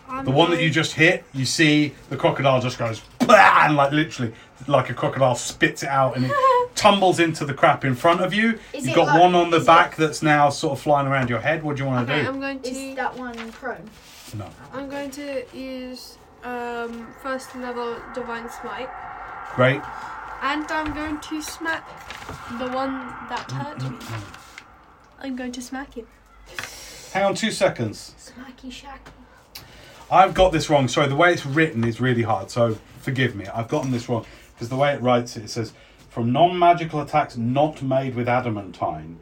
S2: I'm
S1: The one that
S2: going-
S1: you just hit, you see the crocodile just goes "Bah!" and like literally, like a crocodile spits it out and it tumbles into the crap in front of you.
S3: Is
S1: You've
S3: it
S1: got
S3: like-
S1: one on the
S3: is it-
S1: back that's now sort of flying around your head. What do you want to
S2: Okay,
S1: do?
S2: I'm going
S3: Is
S2: to.
S3: that one prone?
S1: no.
S2: I'm going to use um, first level divine smite,
S1: Great.
S2: and I'm going to smack the one that hurt me.
S1: Mm-hmm.
S2: I'm going to smack him.
S1: Hang on two seconds.
S3: Smacky shacky.
S1: I've got this wrong. Sorry, the way it's written is really hard, so forgive me. I've gotten this wrong because the way it writes it, it says from non magical attacks not made with adamantine.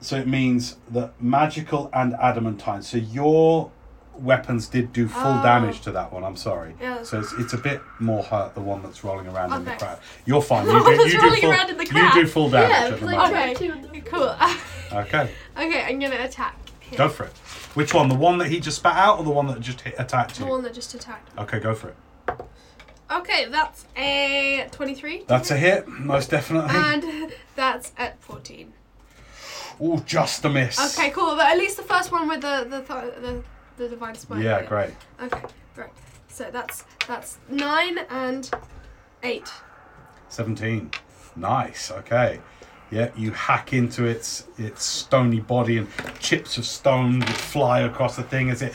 S1: So it means that magical and adamantine. So your weapons did do full
S2: Oh.
S1: damage to that one. I'm sorry.
S2: Yeah, that's
S1: so it's, it's a bit more hurt the one that's rolling around in the
S2: Okay.
S1: crowd. You're fine.
S2: The
S1: You
S2: one
S1: do,
S2: that's
S1: you do
S2: rolling
S1: full,
S2: around in the
S1: you
S2: crowd.
S1: do full damage
S3: Yeah,
S1: at the
S3: because I
S1: moment.
S2: Okay.
S3: Two.
S2: Cool.
S1: Okay,
S2: okay, I'm gonna attack him.
S1: go for it. Which one? The one that he just spat out, or the one that just hit, attacked
S2: the
S1: you?
S2: one that just attacked.
S1: Okay, go for it.
S2: Okay, that's a 23.
S1: That's a hit, most definitely.
S2: And that's at 14.
S1: Oh, just a miss.
S2: Okay, cool. But at least the first one with the the th- the, the divine smite.
S1: Yeah, great.
S2: Okay, great. So that's that's nine and eight.
S1: 17. Nice. Okay. Yeah, you hack into its its stony body and chips of stone that fly across the thing as it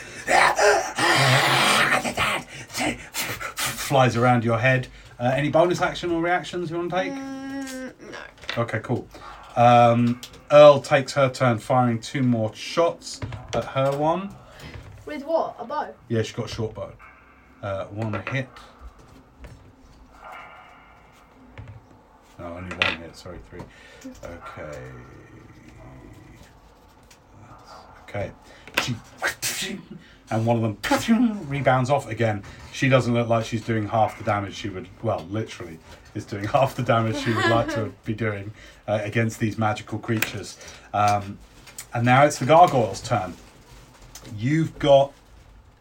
S1: flies around your head. Uh, any bonus action or reactions you want to take?
S2: Mm, no.
S1: Okay, cool. Um, Earl takes her turn firing two more shots at her one.
S3: With what? A bow?
S1: Yeah, she got a short bow. Uh, one hit. No, only one hit. Sorry, three. Okay. Okay. She and one of them rebounds off again. She doesn't look like she's doing half the damage she would. Well, literally, is doing half the damage she would like to be doing uh, against these magical creatures. Um, and now it's the gargoyle's turn. You've got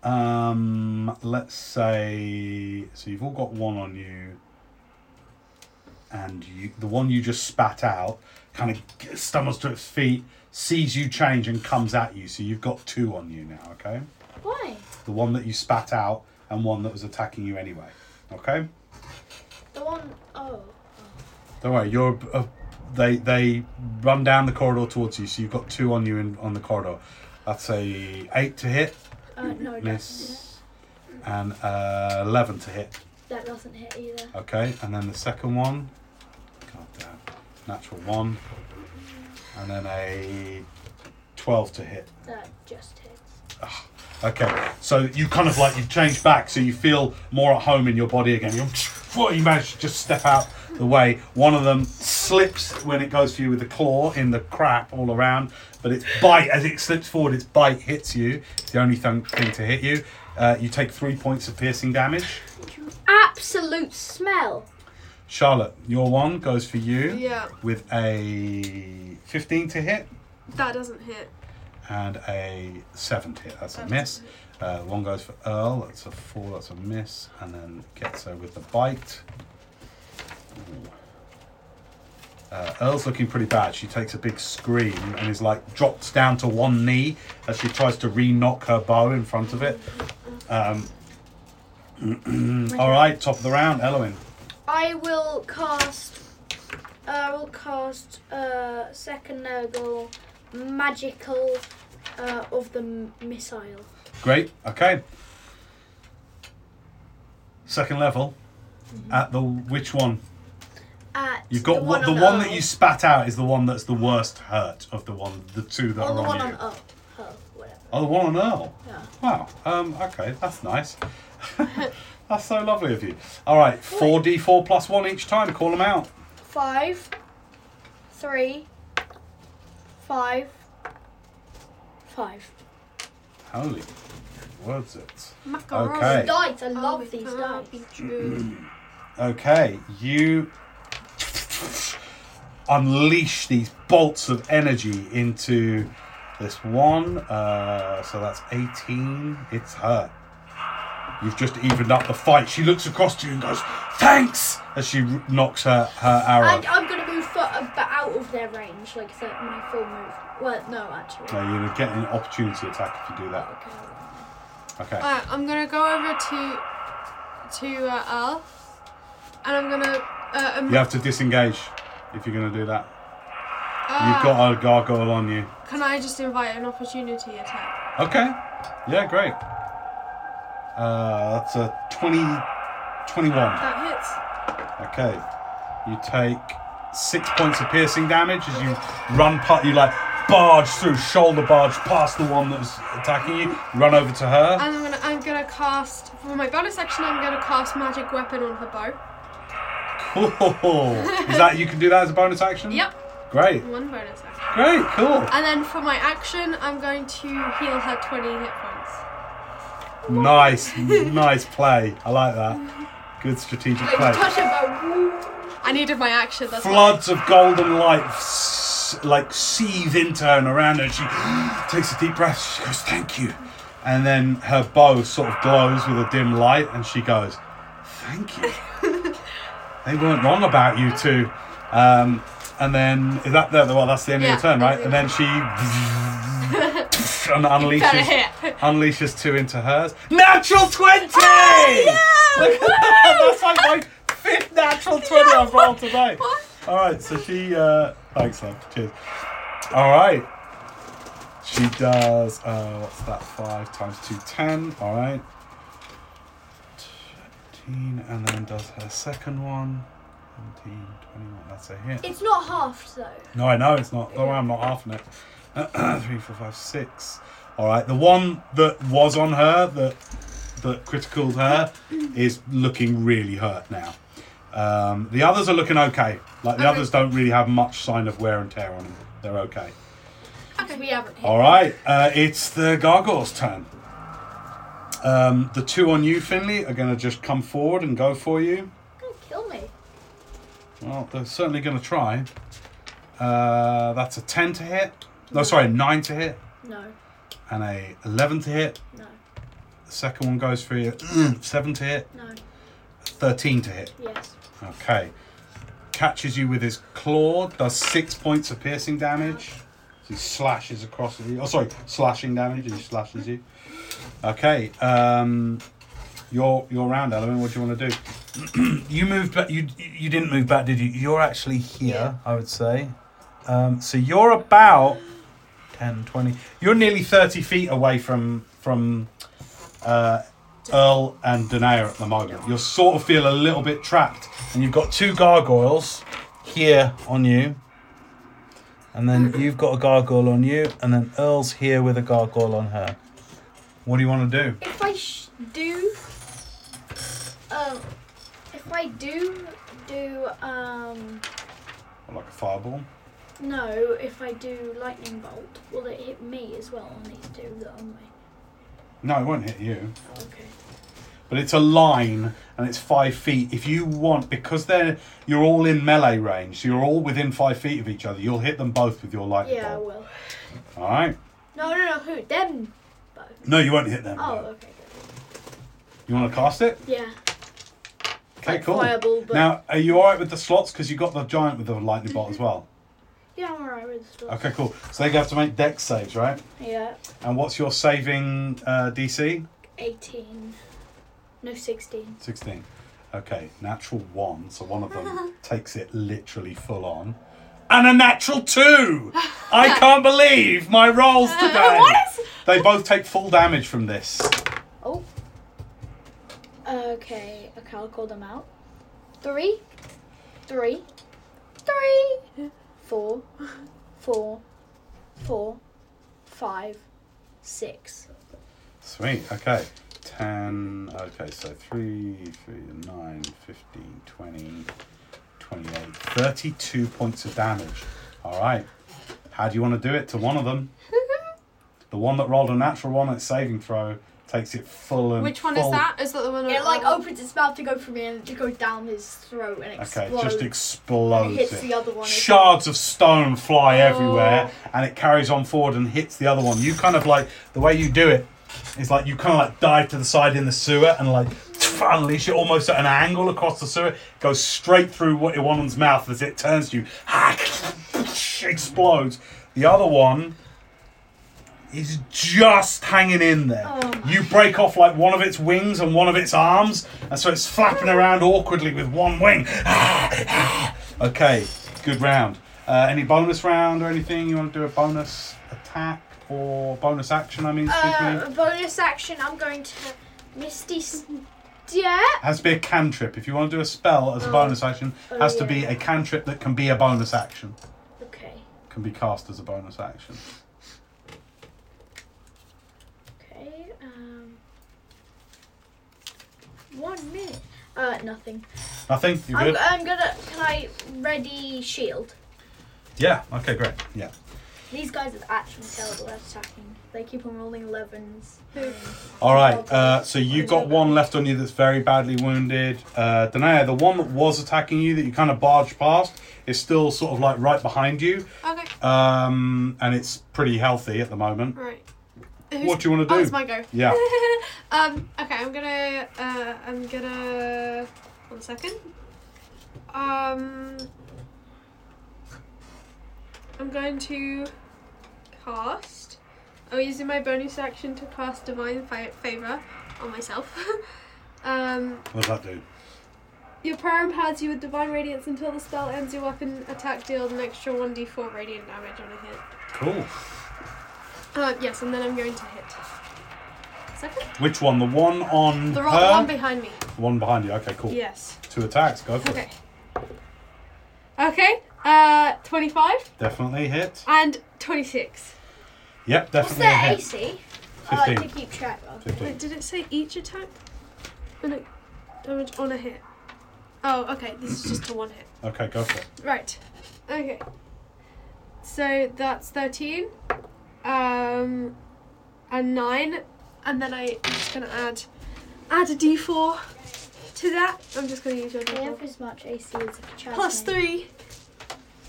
S1: um, let's say so. You've all got one on you, and you the one you just spat out kind of stumbles to its feet, sees you change, and comes at you. So you've got two on you now. Okay,
S3: Why?
S1: the one that you spat out and one that was attacking you anyway. Okay,
S3: The one oh.
S1: don't worry. You're uh, they they run down the corridor towards you. So you've got two on you in, on the corridor. That's a eight to hit,
S3: Uh, no, that-
S1: miss, and uh, eleven to hit.
S3: That doesn't hit either.
S1: Okay, and then the second one. God damn. Natural one. And then a 12 to hit.
S3: That just hits.
S1: Okay, so you kind of like you've changed back, so you feel more at home in your body again. You're, whoa, you manage to just step out the way. One of them slips when it goes for you with the claw in the crap all around, but its bite, as it slips forward, its bite hits you. It's the only thing, thing to hit you. Uh, you take three points of piercing damage.
S3: Absolute smell.
S1: Charlotte, your one goes for you.
S2: Yeah,
S1: with a 15 to hit
S2: that doesn't hit.
S1: and a 7 to hit. That's a
S2: That
S1: miss.
S2: doesn't
S1: Uh, one goes for Earl, that's a 4, that's a miss, and then gets her with the bite. Ooh. Uh, Earl's looking pretty bad. She takes a big scream and is like drops down to one knee as she tries to re knock her bow in front of it. Um, all right, top of the round, Elowin.
S3: I will cast. I will cast uh, second Nurgle magical uh, of the m- missile.
S1: Great. Okay. Second level. At the which one?
S3: At
S1: You've got
S3: Mm-hmm. the
S1: what
S3: one,
S1: the
S3: on
S1: one that
S3: Earl.
S1: you spat out is the one that's the worst hurt of the one the two that
S3: Or
S1: are
S3: Oh, the
S1: on
S3: one
S1: you.
S3: on Earl. Earl, whatever.
S1: oh, the one on Earl.
S3: Yeah.
S1: Wow. Um. Okay. That's nice. that's so lovely of you. All right. Four D four plus one each time. Call them out.
S3: Five, three, five, five.
S1: Holy words! It.
S2: Macaroni.
S1: Okay. Hey.
S3: Dice. I
S2: Oh,
S3: love
S2: it
S3: these dice.
S2: can't be true.
S1: Okay, you unleash these bolts of energy into this one. Uh, so that's 18. It's her. You've just evened up the fight. She looks across to you and goes, Thanks! As she r- knocks her, her arrow.
S3: And I'm gonna move for, about out of their range, like so my full move. Well, no, actually.
S1: No, you're getting an opportunity attack if you do that.
S3: Okay.
S1: Okay.
S2: Alright, I'm gonna go over to to uh, Earl, and I'm gonna Uh, um,
S1: You have to disengage if you're going to do that.
S2: ah,
S1: You've got a gargoyle on you.
S2: Can I just invite an opportunity attack?
S1: Okay. Yeah, great. Uh, that's a 20, 21.
S2: That hits.
S1: Okay. You take six points of piercing damage as you run past, you like barge through, shoulder barge past the one that was attacking you, run over to her.
S2: And I'm gonna, I'm gonna cast for my bonus action. I'm gonna cast magic weapon on her bow.
S1: Cool. Is that, you can do that as a bonus action?
S2: Yep,
S1: Great.
S2: one bonus action.
S1: Great, cool.
S2: And then for my action, I'm going to heal her 20 hit points.
S1: Nice, nice play. I like that. Good strategic play.
S3: Like, touch it, but
S2: I needed my action. That's why.
S1: Floods of golden light s- like seethe into her and around her. and She takes a deep breath. She goes, "Thank you," and then her bow sort of glows with a dim light, and she goes, "Thank you." they weren't wrong about you two. Um, and then is that that- well, that's the end
S2: Yeah,
S1: of your turn,
S2: that's
S1: right?
S2: the
S1: And then she and
S2: Better
S1: unleashes
S2: hit.
S1: unleashes two into hers. Natural twenty. Look at that. That's like my fifth natural twenty I've rolled today. All right, so she. Uh, thanks, love. Cheers. All right. She does. Uh, what's that? Five times two, ten. All right. Fifteen, and then does her second one. 17, 21. That's a hit.
S3: it's not half though.
S1: No, I know it's not. Don't worry, I'm not half on it. Three, four, five, six. All right, the one that was on her that that criticaled her is looking really hurt now. Um, the others are looking okay. Like the
S2: Okay.
S1: others don't really have much sign of wear and tear on them. They're okay.
S3: Okay. We haven't hit.
S1: All right, uh, it's the gargoyle's turn. Um, the two on you, Finley, are going to just come forward and go for you.
S3: Gonna kill me.
S1: Well, they're certainly going to try. Uh, that's a 10 to hit. No, sorry, a 9 to hit
S3: No,
S1: and a 11 to hit.
S3: no,
S1: The second one goes for you. 7 to hit,
S3: no.
S1: 13 to hit.
S3: Yes.
S1: Okay. Catches you with his claw, does 6 points of piercing damage. He slashes across you. Oh, sorry, slashing damage, and he slashes you. Okay, um, your your round, Element. What do you want to do? you moved back. You you didn't move back, did you? You're actually here, I would say. Um, so you're about 10, 20. You're nearly thirty feet away from from uh, Earl and Danair at the moment. You'll sort of feel a little bit trapped, and you've got two gargoyles here on you. And then you've got a gargoyle on you, and then Earl's here with a gargoyle on her. What do you want to do?
S3: If I sh- do, um, if I do do um,
S1: Like a fireball?
S3: no, if I do lightning bolt, will it hit me as well on these two that are on me?
S1: No, it won't hit you.
S3: Oh, okay.
S1: But it's a line, and it's five feet. If you want, because they're you're all in melee range, so you're all within five feet of each other. You'll hit them both with your lightning
S3: Yeah, I
S1: bolt.
S3: will.
S1: All right.
S3: No, no, no. Who? Them both.
S1: No, you won't hit them.
S3: Oh,
S1: no.
S3: okay.
S1: You want to cast it?
S3: Good. Yeah.
S1: Okay,
S3: Like
S1: cool.
S3: fireball, but-
S1: Now, are you all right with the slots? Because you got the giant with the lightning bolt as well.
S3: Yeah, I'm alright with this. one.
S1: Okay, cool. So they have to make dex saves, right?
S3: Yeah.
S1: And what's your saving uh, DC?
S3: 18. No, 16.
S1: 16. Okay, natural one, so one of them takes it literally full on. And a natural two! I can't believe my rolls today! They both take full damage from this.
S3: Oh. Okay, okay, I'll call them out. Three, three, three, four, four, four, five, six.
S1: Sweet, okay. 10, okay, so 3, 3, 9, 15, 20, 28, 32 points of damage. All right. How do you want to do it to one of them? the one that rolled a natural one at saving throw takes it full and
S2: Which one is
S1: full-
S2: that? Is that the one?
S4: It
S2: on-
S4: like
S2: on-
S4: opens its mouth to go for me and it just goes down his throat and
S1: Okay,
S4: explodes.
S1: it just explodes.
S4: It Oh. hits
S1: it.
S4: the other one as
S1: Shards of stone fly everywhere, and it carries on forward and hits the other one. You kind of like the way you do it is like you kind of like dive to the side in the sewer and like unleash it almost at an angle across the sewer. Goes straight through what one one's mouth as it turns to you, explodes. The other one is just hanging in there.
S3: Oh my-
S1: You break off like one of its wings and one of its arms, and so it's flapping around awkwardly with one wing. okay, good round. Uh, any bonus round or anything? You want to do a bonus attack or bonus action? I mean, excuse
S3: Uh,
S1: me.
S3: bonus action. I'm going to Misty Step.
S1: Has to be a cantrip. If you want to do a spell as a
S3: Oh.
S1: bonus action,
S3: Oh,
S1: has to
S3: yeah.
S1: be a cantrip that can be a bonus action.
S3: Okay.
S1: Can be cast as a bonus action.
S3: Okay. Um. One minute. Uh, nothing.
S1: Nothing. You
S3: I'm,
S1: good?
S3: I'm gonna. Can I ready shield?
S1: Yeah. Okay. Great. Yeah.
S3: These guys are actually terrible at attacking. They keep on rolling 11s.
S1: All right. Uh, so you got one left on you that's very badly wounded. Uh, Danae, the one that was attacking you that you kind of barged past is still sort of like right behind you,
S2: Okay.
S1: um, and it's pretty healthy at the moment.
S2: Right.
S1: What do you want to
S2: Oh,
S1: do?
S2: it's my go.
S1: Yeah.
S2: um. Okay. I'm gonna. Uh. I'm gonna. One second. Um. I'm going to cast. I'm using my bonus action to cast divine Fa- favor on myself. um.
S1: What does that do?
S2: Your prayer empowers you with divine radiance until the spell ends. Your weapon attack deals an extra one d4 radiant damage on a hit.
S1: Cool.
S2: Uh, yes, and then I'm going to hit. Second.
S1: Which one? The one on
S2: The
S1: her?
S2: ro- the one behind me.
S1: The one behind you. Okay. Cool.
S2: Yes.
S1: Two attacks. Go for
S2: Okay.
S1: it.
S2: Okay. Uh, 25
S1: Definitely hit.
S2: and 26.
S1: Yep.
S3: What's
S1: Definitely a
S3: their
S1: hit.
S3: AC? I like to
S1: 15.
S3: keep track of.
S1: 15.
S2: Wait, did it say each attack? Oh, no. Damage on a hit. Oh, okay. This is just a one hit.
S1: Okay. Go for it.
S2: Right. Okay. So that's 13. Um, and 9. And then I, I'm just going to add add a d4 to that. I'm just going to use your
S3: They
S2: d4.
S3: have as much AC as a child.
S2: Plus 3.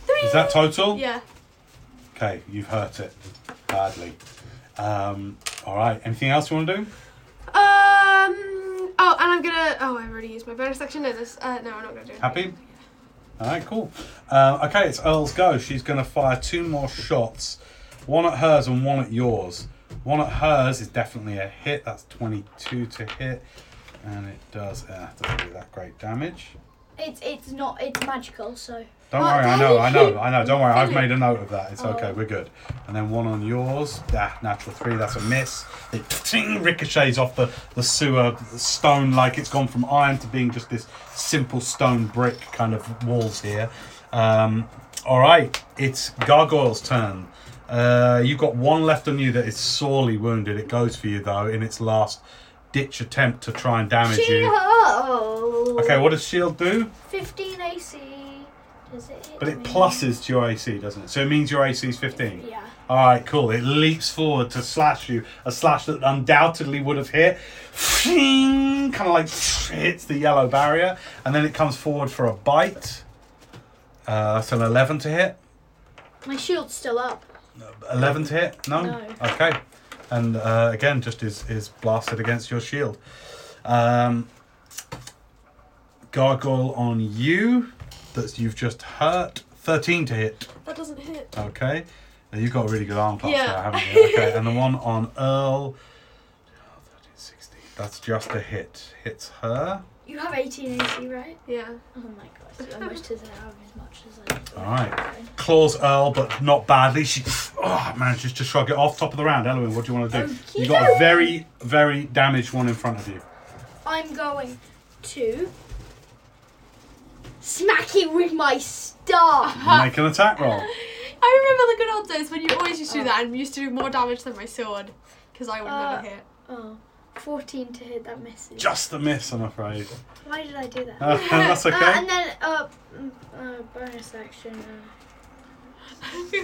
S2: 3!
S1: Is that total?
S2: Yeah.
S1: Okay. You've hurt it badly. Um, all right. Anything else you want to do?
S2: Um. Oh, and I'm gonna. Oh, I already used my bonus action. No, this. Uh, no, I'm not gonna do it.
S1: Happy? All right, cool. Uh, okay, it's Earl's go. She's going to fire two more shots, one at hers and one at yours. One at hers is definitely a hit. That's 22 to hit, and it does uh, doesn't do that great damage.
S3: It's it's not it's magical, so
S1: Don't
S2: Oh,
S1: worry, I know, I know, I know. Don't worry, I've
S2: Philip.
S1: made a note of that. It's
S3: Oh.
S1: okay, we're good. And then one on yours. Ah, natural three, that's a miss. It ting, ricochets off the, the sewer stone like it's gone from iron to being just this simple stone brick kind of walls here. Um, all right, it's Gargoyle's turn. Uh, you've got one left on you that is sorely wounded. It goes for you, though, in its last ditch attempt to try and damage you.
S3: Shield.
S1: Okay, what does Shield do?
S3: 15 AC. Does it? hit
S1: But it
S3: me?
S1: pluses to your AC, doesn't it? So it means your AC is 15.
S3: Yeah.
S1: All right, cool. It leaps forward to slash you, a slash that undoubtedly would have hit. Kind of like hits the yellow barrier, and then it comes forward for a bite. Uh, that's an 11 to hit.
S3: My shield's still up.
S1: 11 to hit? No?
S3: No.
S1: Okay. And uh, again, just is, is blasted against your shield. Um, gargoyle on you that you've just hurt. 13 to hit.
S2: That doesn't hit.
S1: Okay. Now you've got a really good arm class
S2: Yeah.
S1: there, haven't you? Okay. and the one on Earl. 13, 16. That's just a hit. Hits her.
S3: You have 18 AC, right?
S2: Yeah.
S3: Oh my gosh, it almost doesn't have as much as I. do.
S1: Alright. Claws Earl, but not badly. She oh, manages to shrug it off. Top of the round. Eloin, what do you want to do?
S3: Okey
S1: You've got a
S3: doke.
S1: very, very damaged one in front of you.
S3: I'm going to smack it with my staff.
S1: Make an attack roll.
S2: I remember the good old days when you always used to do that and used to do more damage than my sword because I would
S3: Uh,
S2: never hit.
S3: Oh, 14 to hit that misses.
S1: Just a miss, I'm afraid.
S3: Why did I do that?
S1: Uh, that's okay.
S3: Uh, and then uh, mm, uh bonus action. Uh,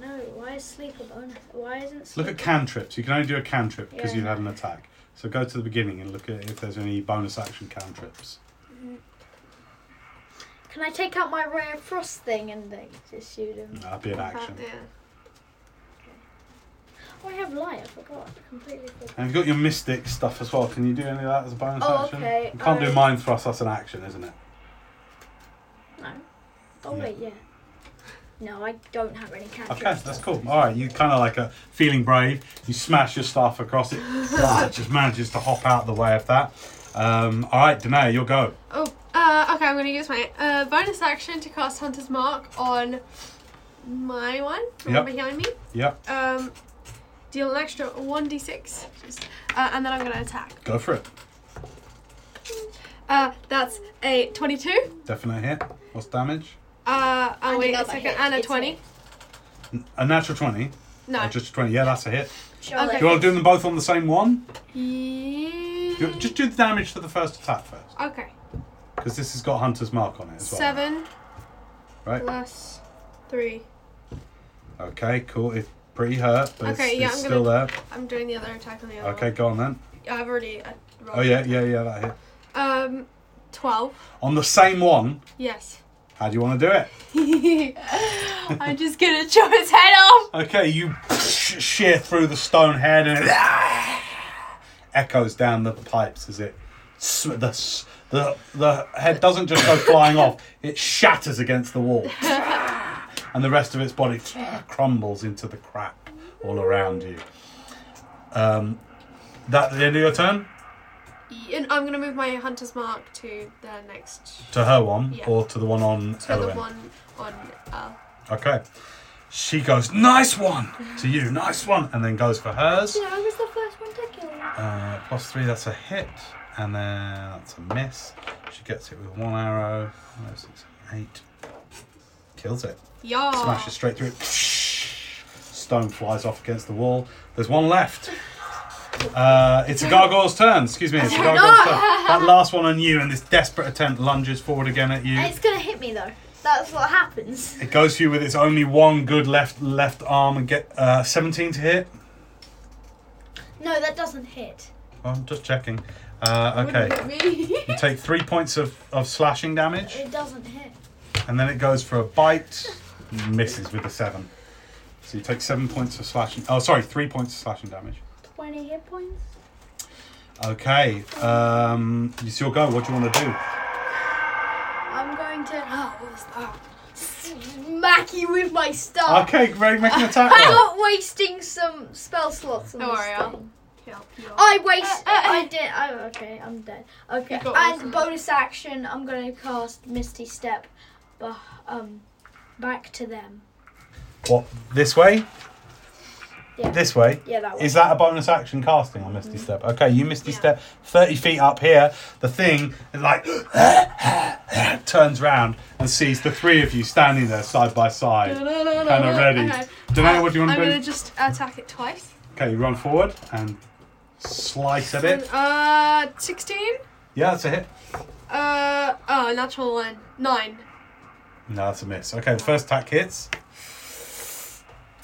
S3: no, why is sleep a bonus? Why isn't sleep?
S1: Look at cantrips. You can only do a cantrip because
S3: Yeah.
S1: you've had an attack. So go to the beginning and look at if there's any bonus action cantrips.
S3: Can I take out my rare frost thing and like just shoot him?
S1: That'd be an action.
S2: yeah.
S3: Oh, I have light. I forgot. I completely forgot.
S1: And you've got your mystic stuff as well. Can you do any of that as a bonus
S3: Oh,
S1: action?
S3: okay.
S1: You can't do
S3: Um,
S1: mind thrust. That's an action, isn't it?
S3: No. Oh
S1: Yeah.
S3: wait, yeah. No, I don't have any catch.
S1: Okay, that's cool. All right, you kind of like a feeling brave. You smash your staff across it. Ah, it just manages to hop out the way of that. Um, all right, Danae, you'll go.
S2: Oh, uh, okay, I'm going to use my uh, bonus action to cast Hunter's Mark on my one, the
S1: Yep.
S2: one behind me.
S1: Yep,
S2: Um, deal an extra 1d6, just, uh, and then I'm going to attack.
S1: go for it.
S2: Uh, that's a 22,
S1: Definite hit. What's damage?
S2: uh, and wait a
S4: another
S2: second,
S4: hit.
S2: and a
S4: It's a
S2: 20.
S1: A natural 20.
S2: No.
S1: Or just 20. Yeah, that's a hit.
S4: Surely.
S1: Do you
S2: Okay.
S1: want to do them both on the same one? Do you-
S2: Yeah.
S1: Just do the damage to the first attack first.
S2: Okay,
S1: Because this has got Hunter's Mark on it as well.
S2: 7
S1: Right?
S2: plus 3.
S1: Okay, cool. It's pretty hurt, but
S2: Okay,
S1: it's,
S2: yeah,
S1: it's
S2: I'm
S1: still
S2: gonna-
S1: there.
S2: I'm doing the other attack on the other
S1: Okay, go on then.
S2: one. I've already uh, rolled.
S1: Oh, yeah, yeah, yeah, that hit.
S2: Um, 12.
S1: On the same one,
S2: Yes.
S1: how do you want to do it?
S2: I'm just gonna chop his head off.
S1: Okay, you shear through the stone head and it echoes down the pipes as it sm- the s- the the head doesn't just go flying off; it shatters against the wall, and the rest of its body crumbles into the crap all around you. Um, that the end of your turn
S2: And I'm gonna move my hunter's mark to the next.
S1: to her one
S2: Yeah.
S1: or to the one on
S2: To the
S1: Elwyn?
S2: one on. Uh,
S1: Okay. She goes, nice one to you, nice one, and then goes for hers.
S3: Yeah, I was the first one to kill.
S1: Uh, plus three, that's a hit, and then that's a miss. She gets it with one arrow. Five, six, seven, eight. Kills it.
S2: yeah.
S3: Oh.
S1: Smashes straight through it. Stone flies off against the wall. There's one left. Uh, it's a gargoyle's turn. Excuse me, it's a gargoyle's turn. That last one on you, and this desperate attempt lunges forward again at you.
S3: It's gonna hit me though. That's what happens.
S1: It goes for you with its only one good left left arm and get uh, 17 to hit.
S3: No, that doesn't hit.
S1: I'm just checking. Uh, okay,
S2: Me.
S1: you take three points of, of slashing damage.
S3: It doesn't hit.
S1: And then it goes for a bite, misses with a seven. So you take seven points of slashing. Oh, sorry, three points of slashing damage.
S3: Twenty hit points.
S1: Okay, um, it's your go. What do you want to do?
S3: I'm going to
S2: oh, what was that?
S3: smack you with my staff.
S1: Okay, Greg, make an attack roll.
S3: Not wasting some spell slots on
S2: Don't
S3: this
S2: worry, I'll-
S3: thing.
S2: Yeah, yeah.
S3: I waste.
S2: Uh, uh,
S3: I did. Oh, okay, I'm dead. Okay,
S2: You got
S3: and
S2: one.
S3: bonus action, I'm gonna cast Misty Step, but um, back to them.
S1: What, this way?
S3: Yeah.
S1: This way?
S3: Yeah, that one.
S1: Is that a bonus action casting on Misty Step? Okay, you Misty
S2: Yeah.
S1: Step 30 feet up here. The thing, like, turns round and sees the three of you standing there side by side. Kind of ready.
S2: Okay.
S1: Danae, what do you want
S2: I'm
S1: to do?
S2: gonna just attack it twice.
S1: Okay, you run forward and slice at it.
S2: Uh, 16.
S1: Yeah, that's a hit.
S2: Uh, oh, natural one. Nine.
S1: No, that's a miss. Okay, the first attack hits.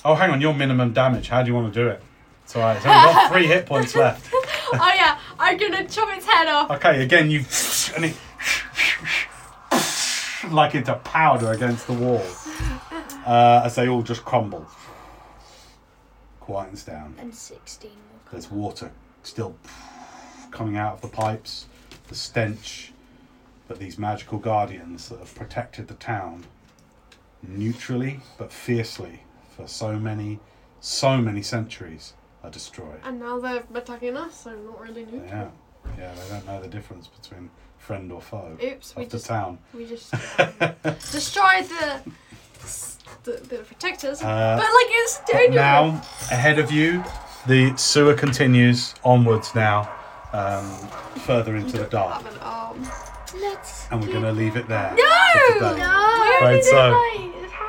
S1: Oh, hang on, your minimum damage. How do you want to do it? It's all right. It's only got three hit points left.
S2: oh yeah, I'm gonna chop its head off.
S1: Okay, again, you and it like into powder against the wall uh, as they all just crumble. Quietens down.
S3: And sixteen. will come.
S1: There's water still coming out of the pipes, the stench, but these magical guardians that have protected the town neutrally but fiercely for so many, so many centuries are destroyed.
S2: And now they're attacking us, so not really new.
S1: Yeah, yeah, they don't know the difference between friend or foe
S2: Oops, we
S1: of the
S2: just
S1: town.
S2: we just destroyed the the, the protectors.
S1: Uh,
S2: but like it's dangerous.
S1: now, ahead of you, the sewer continues onwards now, um, further into the dark.
S2: Have an arm.
S3: Let's.
S1: And we're going to leave it there.
S2: No!
S1: for today.
S2: Why are we
S1: Right,
S2: doing
S1: so-
S2: that?